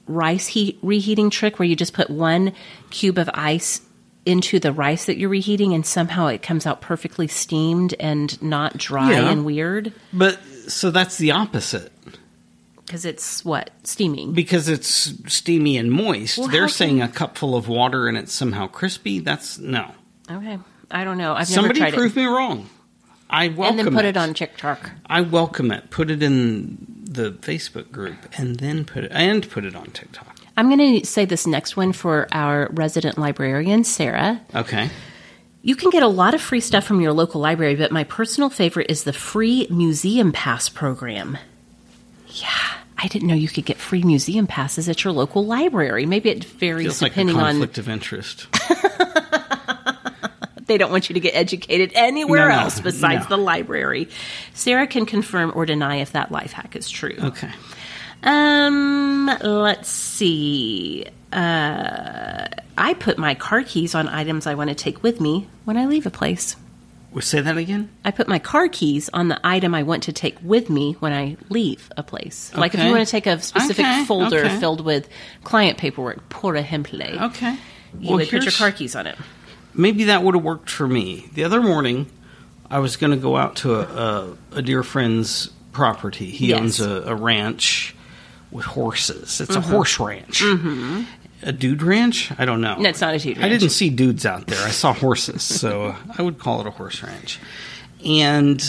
Speaker 1: rice heat reheating trick where you just put one cube of ice into the rice that you're reheating and somehow it comes out perfectly steamed and not dry
Speaker 2: Yeah.
Speaker 1: and weird
Speaker 2: But so that's the opposite
Speaker 1: because it's what steaming.
Speaker 2: because it's steamy and moist.
Speaker 1: Well, how
Speaker 2: They're
Speaker 1: can-
Speaker 2: saying a cupful of water and it's somehow crispy. That's no.
Speaker 1: Okay, I don't know. I've
Speaker 2: Somebody
Speaker 1: never tried
Speaker 2: prove
Speaker 1: it.
Speaker 2: me wrong. I welcome
Speaker 1: and then put it
Speaker 2: it
Speaker 1: on TikTok.
Speaker 2: I welcome it. Put it in the Facebook group and then put it and put it on TikTok.
Speaker 1: I'm going to say this next one for our resident librarian, Sarah.
Speaker 2: Okay.
Speaker 1: You can get a lot of free stuff from your local library, but my personal favorite is the free museum pass program. Yeah, I didn't know you could get free museum passes at your local library. Maybe it varies
Speaker 2: Feels like a
Speaker 1: depending on
Speaker 2: conflict of interest.
Speaker 1: they don't want you to get educated anywhere
Speaker 2: No, no,
Speaker 1: else besides
Speaker 2: no.
Speaker 1: the library. Sarah can confirm or deny if that life hack is true.
Speaker 2: Okay.
Speaker 1: Um, let's see. Uh, I put my car keys on items I want to take with me when I leave a place.
Speaker 2: Well, say that again.
Speaker 1: I put my car keys on the item I want to take with me when I leave a place. Like if you
Speaker 2: Okay.
Speaker 1: want to take a specific
Speaker 2: Okay,
Speaker 1: folder
Speaker 2: okay.
Speaker 1: filled with client paperwork, por ejemplo,
Speaker 2: Okay.
Speaker 1: you
Speaker 2: Well,
Speaker 1: would put your
Speaker 2: here's-
Speaker 1: car keys on it.
Speaker 2: maybe that would have worked for me. The other morning, I was going to go out to a, a, a dear friend's property. He
Speaker 1: Yes.
Speaker 2: owns a, a ranch with horses. It's
Speaker 1: Mm-hmm.
Speaker 2: a horse ranch. A dude ranch? I don't know.
Speaker 1: No, it's not a dude
Speaker 2: I
Speaker 1: ranch.
Speaker 2: didn't see dudes out there. I saw horses, so I would call it a horse ranch. And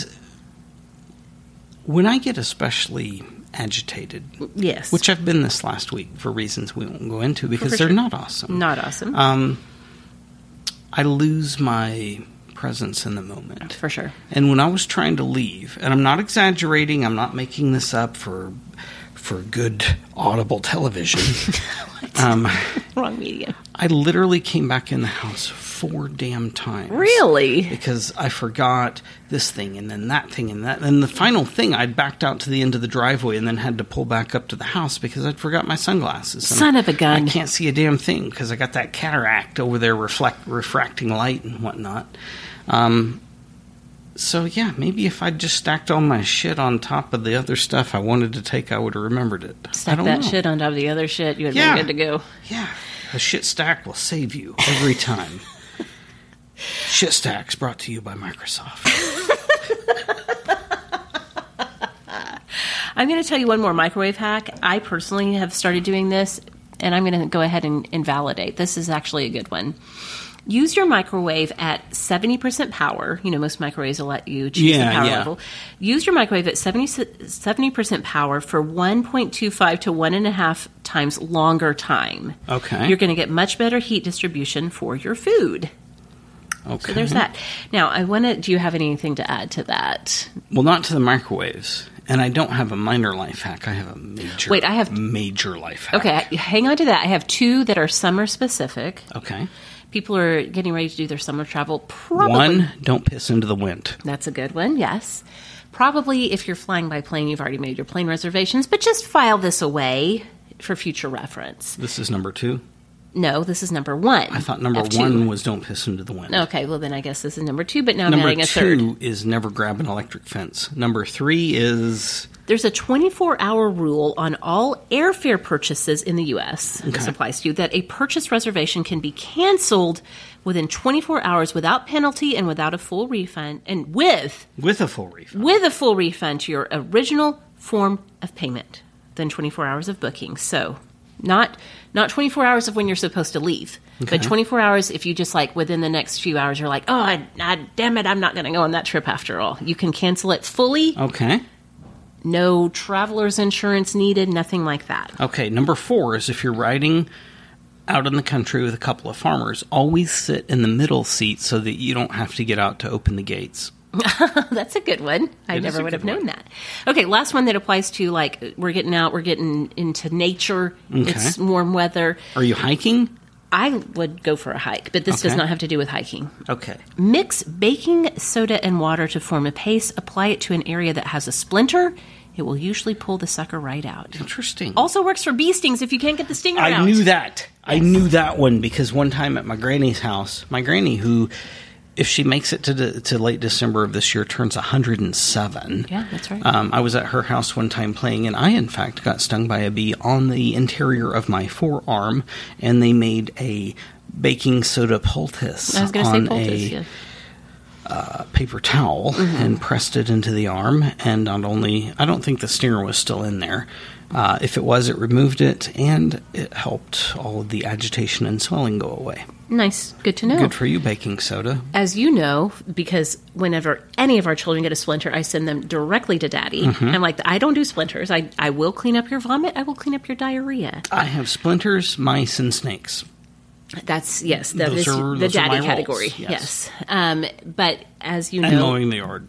Speaker 2: when I get especially agitated,
Speaker 1: Yes.
Speaker 2: which I've been this last week for reasons we won't go into because
Speaker 1: For
Speaker 2: they're
Speaker 1: sure.
Speaker 2: not awesome.
Speaker 1: Not awesome.
Speaker 2: Um, I lose my presence in the moment.
Speaker 1: for sure.
Speaker 2: And when I was trying to leave, and I'm not exaggerating, I'm not making this up for for good
Speaker 1: (laughs)
Speaker 2: audible television. (laughs) um,
Speaker 1: Wrong media.
Speaker 2: I literally came back in the house four damn times.
Speaker 1: Really?
Speaker 2: Because I forgot this thing and then that thing and that. And the final thing, I'd backed out to the end of the driveway and then had to pull back up to the house because I'd forgot my sunglasses. And
Speaker 1: Son of a gun.
Speaker 2: I can't see a damn thing because I got that cataract over there reflect, refracting light and whatnot. Um, so, yeah, maybe if I'd just stacked all my shit on top of the other stuff I wanted to take, I would have remembered it. I
Speaker 1: Stack
Speaker 2: don't
Speaker 1: that
Speaker 2: know.
Speaker 1: shit on top of the other shit. You would have
Speaker 2: Yeah.
Speaker 1: been good to go.
Speaker 2: Yeah, a shit stack will save you every (laughs) time. shit stacks brought to you by Microsoft.
Speaker 1: I'm going to tell you one more microwave hack. I personally have started doing this, and I'm going to go ahead and invalidate. This is actually a good one. Use your microwave at 70% power. You know, most microwaves will let you choose
Speaker 2: Yeah,
Speaker 1: the power
Speaker 2: yeah.
Speaker 1: level. Use your microwave at 70, 70% power for 1.25 to 1.5 times longer time.
Speaker 2: Okay.
Speaker 1: You're going to get much better heat distribution for your food.
Speaker 2: Okay.
Speaker 1: So there's that. Now, I want to. Do you have anything to add to that?
Speaker 2: Well, not to the microwaves. And I don't have a minor life hack. I have a major.
Speaker 1: Wait, I have-
Speaker 2: major life hack.
Speaker 1: Okay, I- hang on to that. I have two that are summer specific.
Speaker 2: Okay.
Speaker 1: People are getting ready to do their summer travel. Probably
Speaker 2: One, don't piss into the wind.
Speaker 1: that's a good one. Yes, probably if you're flying by plane, you've already made your plane reservations, but just file this away for future reference.
Speaker 2: This is number two.
Speaker 1: No, this is number one.
Speaker 2: I thought number
Speaker 1: of two.
Speaker 2: one was don't piss into the wind.
Speaker 1: Okay, well then I guess this is number two. But now I'm
Speaker 2: Number
Speaker 1: adding a third.
Speaker 2: two is never grab an electric fence. Number three is
Speaker 1: There's a 24 hour rule on all airfare purchases in the U.S. This applies to you that a purchase reservation can be canceled within 24 hours without penalty and without a full refund, and with
Speaker 2: with a full refund.
Speaker 1: with a full refund to your original form of payment than 24 hours of booking. So, not not 24 hours of when you're supposed to leave, but 24 hours if you just like within the next few hours you're like, "Oh, I, I, damn it, I'm not going to go on that trip after all." You can cancel it fully.
Speaker 2: Okay.
Speaker 1: No traveler's insurance needed, nothing like that. (laughs)
Speaker 2: Okay, number four is if you're riding out in the country with a couple of farmers, always sit in the middle seat so that you don't have to get out to open the gates.
Speaker 1: That's a good one. I
Speaker 2: It is
Speaker 1: never
Speaker 2: a
Speaker 1: would have
Speaker 2: good
Speaker 1: known
Speaker 2: one.
Speaker 1: that. Okay, last one that applies to like we're getting out, we're getting into nature.
Speaker 2: Okay.
Speaker 1: It's warm weather.
Speaker 2: Are you hiking?
Speaker 1: I would go for a hike, but this does
Speaker 2: Okay.
Speaker 1: not have to do with hiking.
Speaker 2: Okay.
Speaker 1: Mix baking soda and water to form a paste. Apply it to an area that has a splinter. It will usually pull the sucker right out.
Speaker 2: Interesting.
Speaker 1: Also works for bee stings if you can't get the stinger out.
Speaker 2: I knew that. I knew that one because one time at my granny's house, my granny who if she makes it to the, to late December of this year turns 107.
Speaker 1: Yeah, that's right.
Speaker 2: Um, I was at her house one time playing and I in fact got stung by a bee on the interior of my forearm and they made a baking soda poultice
Speaker 1: I was going to
Speaker 2: on
Speaker 1: say poultice.
Speaker 2: a
Speaker 1: yeah. Mm-hmm.
Speaker 2: paper towel and pressed it into the arm. And not only, I don't think the stinger was still in there. Uh, if it was, it removed it and it helped all of the agitation and swelling go away.
Speaker 1: Nice. Good to know.
Speaker 2: Good for you, baking soda.
Speaker 1: As you know, because whenever any of our children get a splinter, I send them directly to daddy.
Speaker 2: Mm-hmm.
Speaker 1: I'm like, I don't do splinters. I, I will clean up your vomit. I will clean up your diarrhea.
Speaker 2: I have splinters, mice, and snakes.
Speaker 1: That's, yes, that
Speaker 2: Those
Speaker 1: is
Speaker 2: are-
Speaker 1: the
Speaker 2: those are
Speaker 1: daddy
Speaker 2: my roles,
Speaker 1: category.
Speaker 2: yes.
Speaker 1: Yes. Um, but as you
Speaker 2: And
Speaker 1: know,
Speaker 2: mowing the yard.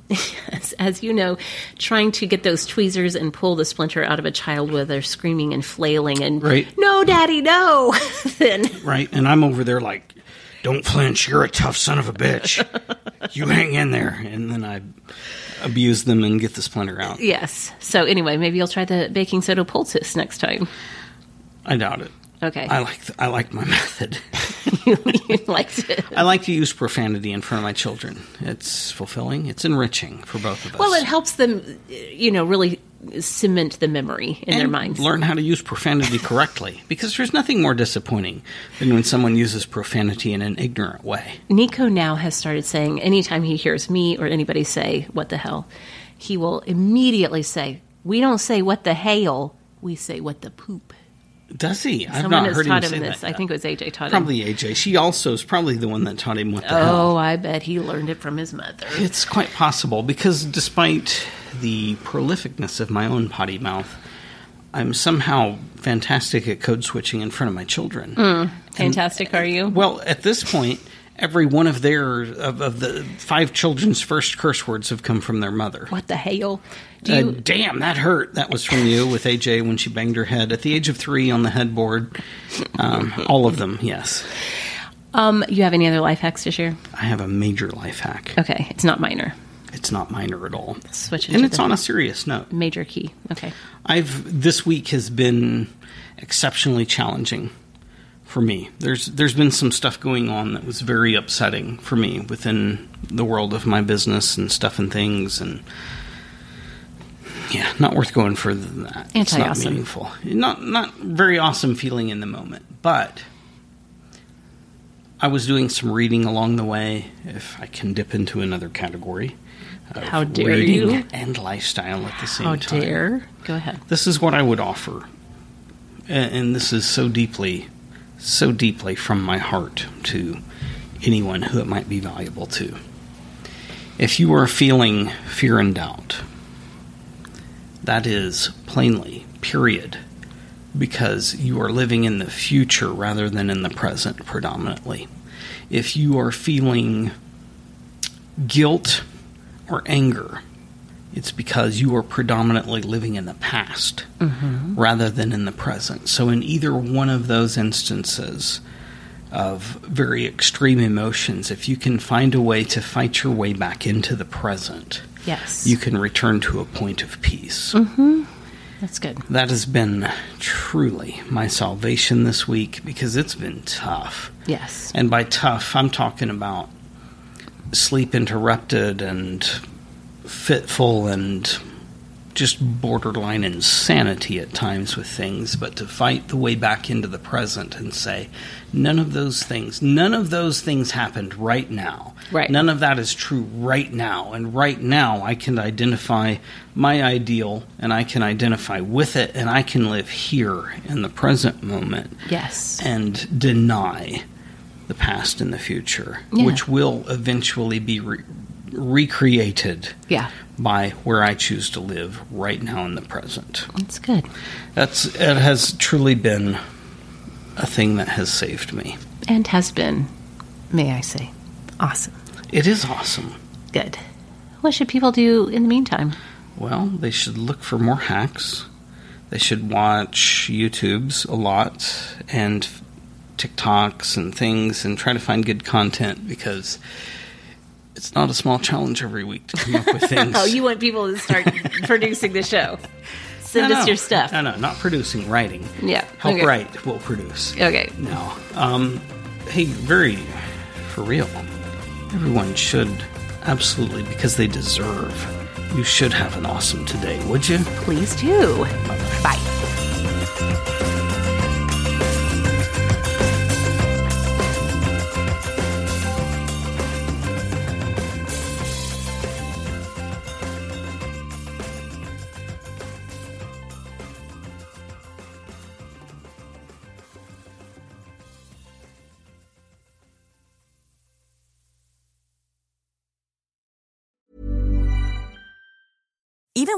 Speaker 1: as, as you know, trying to get those tweezers and pull the splinter out of a child where they're screaming and flailing and,
Speaker 2: Right.
Speaker 1: no, daddy, no, (laughs) then
Speaker 2: right? And I'm over there like, don't flinch. You're a tough son of a bitch.
Speaker 1: (laughs)
Speaker 2: you hang in there. And then I abuse them and get the splinter out.
Speaker 1: yes. So anyway, maybe you'll try the baking soda poultice next time. (laughs)
Speaker 2: I doubt it.
Speaker 1: Okay.
Speaker 2: I like th- I like my (laughs) method.
Speaker 1: you liked it.
Speaker 2: I like to use profanity in front of my children. It's fulfilling. It's enriching for both of us.
Speaker 1: Well, it helps them, you know, really cement the memory in
Speaker 2: And
Speaker 1: their minds.
Speaker 2: Learn how to
Speaker 1: (laughs)
Speaker 2: use profanity correctly, because there's nothing more disappointing than when someone uses profanity in an ignorant way.
Speaker 1: Nico now has started saying, anytime he hears me or anybody say, what the hell, he will immediately say, we don't say what the hail, we say what the poop.
Speaker 2: Does he? I've
Speaker 1: Someone
Speaker 2: not
Speaker 1: has
Speaker 2: heard
Speaker 1: taught
Speaker 2: him,
Speaker 1: him,
Speaker 2: say
Speaker 1: this.
Speaker 2: that.
Speaker 1: I think it was AJ taught him.
Speaker 2: probably AJ. She also is probably the one that taught him what the hell.
Speaker 1: Oh, I bet he learned it from his mother.
Speaker 2: It's quite possible because despite the prolificness of my own potty mouth, I'm somehow fantastic at code switching in front of my children.
Speaker 1: Mm. Fantastic, are you?
Speaker 2: Well, at this point, every one of their of, of the five children's first curse words have come from their mother.
Speaker 1: what the hail? Do
Speaker 2: Uh,
Speaker 1: you,
Speaker 2: damn, that hurt. That was from you with AJ when she banged her head at the age of three on the headboard. Um, all of them, yes.
Speaker 1: um, you have any other life hacks to share?
Speaker 2: I have a major life hack.
Speaker 1: Okay, it's not minor.
Speaker 2: It's not minor at all,
Speaker 1: Switch it
Speaker 2: and
Speaker 1: to
Speaker 2: it's
Speaker 1: the
Speaker 2: on a serious note.
Speaker 1: major key. Okay.
Speaker 2: I've this week has been exceptionally challenging for me. There's there's been some stuff going on that was very upsetting for me within the world of my business and stuff and things and yeah, not worth going further than that. It's not
Speaker 1: Anti-awesome.
Speaker 2: meaningful. Not not very awesome feeling in the moment, but I was doing some reading along the way. If I can dip into another category, of
Speaker 1: How dare
Speaker 2: reading
Speaker 1: you.
Speaker 2: and lifestyle at the same
Speaker 1: How
Speaker 2: time
Speaker 1: dare? Go ahead.
Speaker 2: this is what I would offer. A- And this is so deeply, so deeply from my heart to anyone who it might be valuable to. If you are feeling fear and doubt, that is plainly, period, because you are living in the future rather than in the present predominantly. If you are feeling guilt or anger, it's because you are predominantly living in the past rather than in the present. So, in either one of those instances of very extreme emotions, if you can find a way to fight your way back into the present,
Speaker 1: Yes. Mm-hmm.
Speaker 2: you can return to a point of peace.
Speaker 1: That's good.
Speaker 2: That has been truly my salvation this week because it's been tough.
Speaker 1: Yes.
Speaker 2: And by tough, I'm talking about sleep interrupted and fitful and just borderline insanity at times with things, but to fight the way back into the present and say, none of those things, none of those things happened right now.
Speaker 1: Right.
Speaker 2: None of that is true right now. And right now, I can identify my ideal and I can identify with it and I can live here in the present moment
Speaker 1: Yes.
Speaker 2: and deny the past and the future,
Speaker 1: Yeah.
Speaker 2: which will eventually be re- recreated
Speaker 1: Yeah.
Speaker 2: by where I choose to live right now in the present.
Speaker 1: That's good.
Speaker 2: That's it has truly been a thing that has saved me.
Speaker 1: and has been, may I say, awesome.
Speaker 2: It is awesome.
Speaker 1: Good. What should people do in the meantime?
Speaker 2: Well, they should look for more hacks. They should watch YouTubes a lot and TikToks and things and try to find good content because it's not a small challenge every week to come up
Speaker 1: (laughs)
Speaker 2: with things.
Speaker 1: Oh, you want people to start (laughs) producing the show? Send
Speaker 2: No,
Speaker 1: us
Speaker 2: no.
Speaker 1: your stuff.
Speaker 2: No, no, not producing, writing.
Speaker 1: Yeah,
Speaker 2: Help
Speaker 1: okay.
Speaker 2: write will produce.
Speaker 1: Okay.
Speaker 2: No. Um, hey, very, for real, everyone should absolutely, because they deserve, you should have an awesome today, would you?
Speaker 1: Please do. Bye.
Speaker 4: Even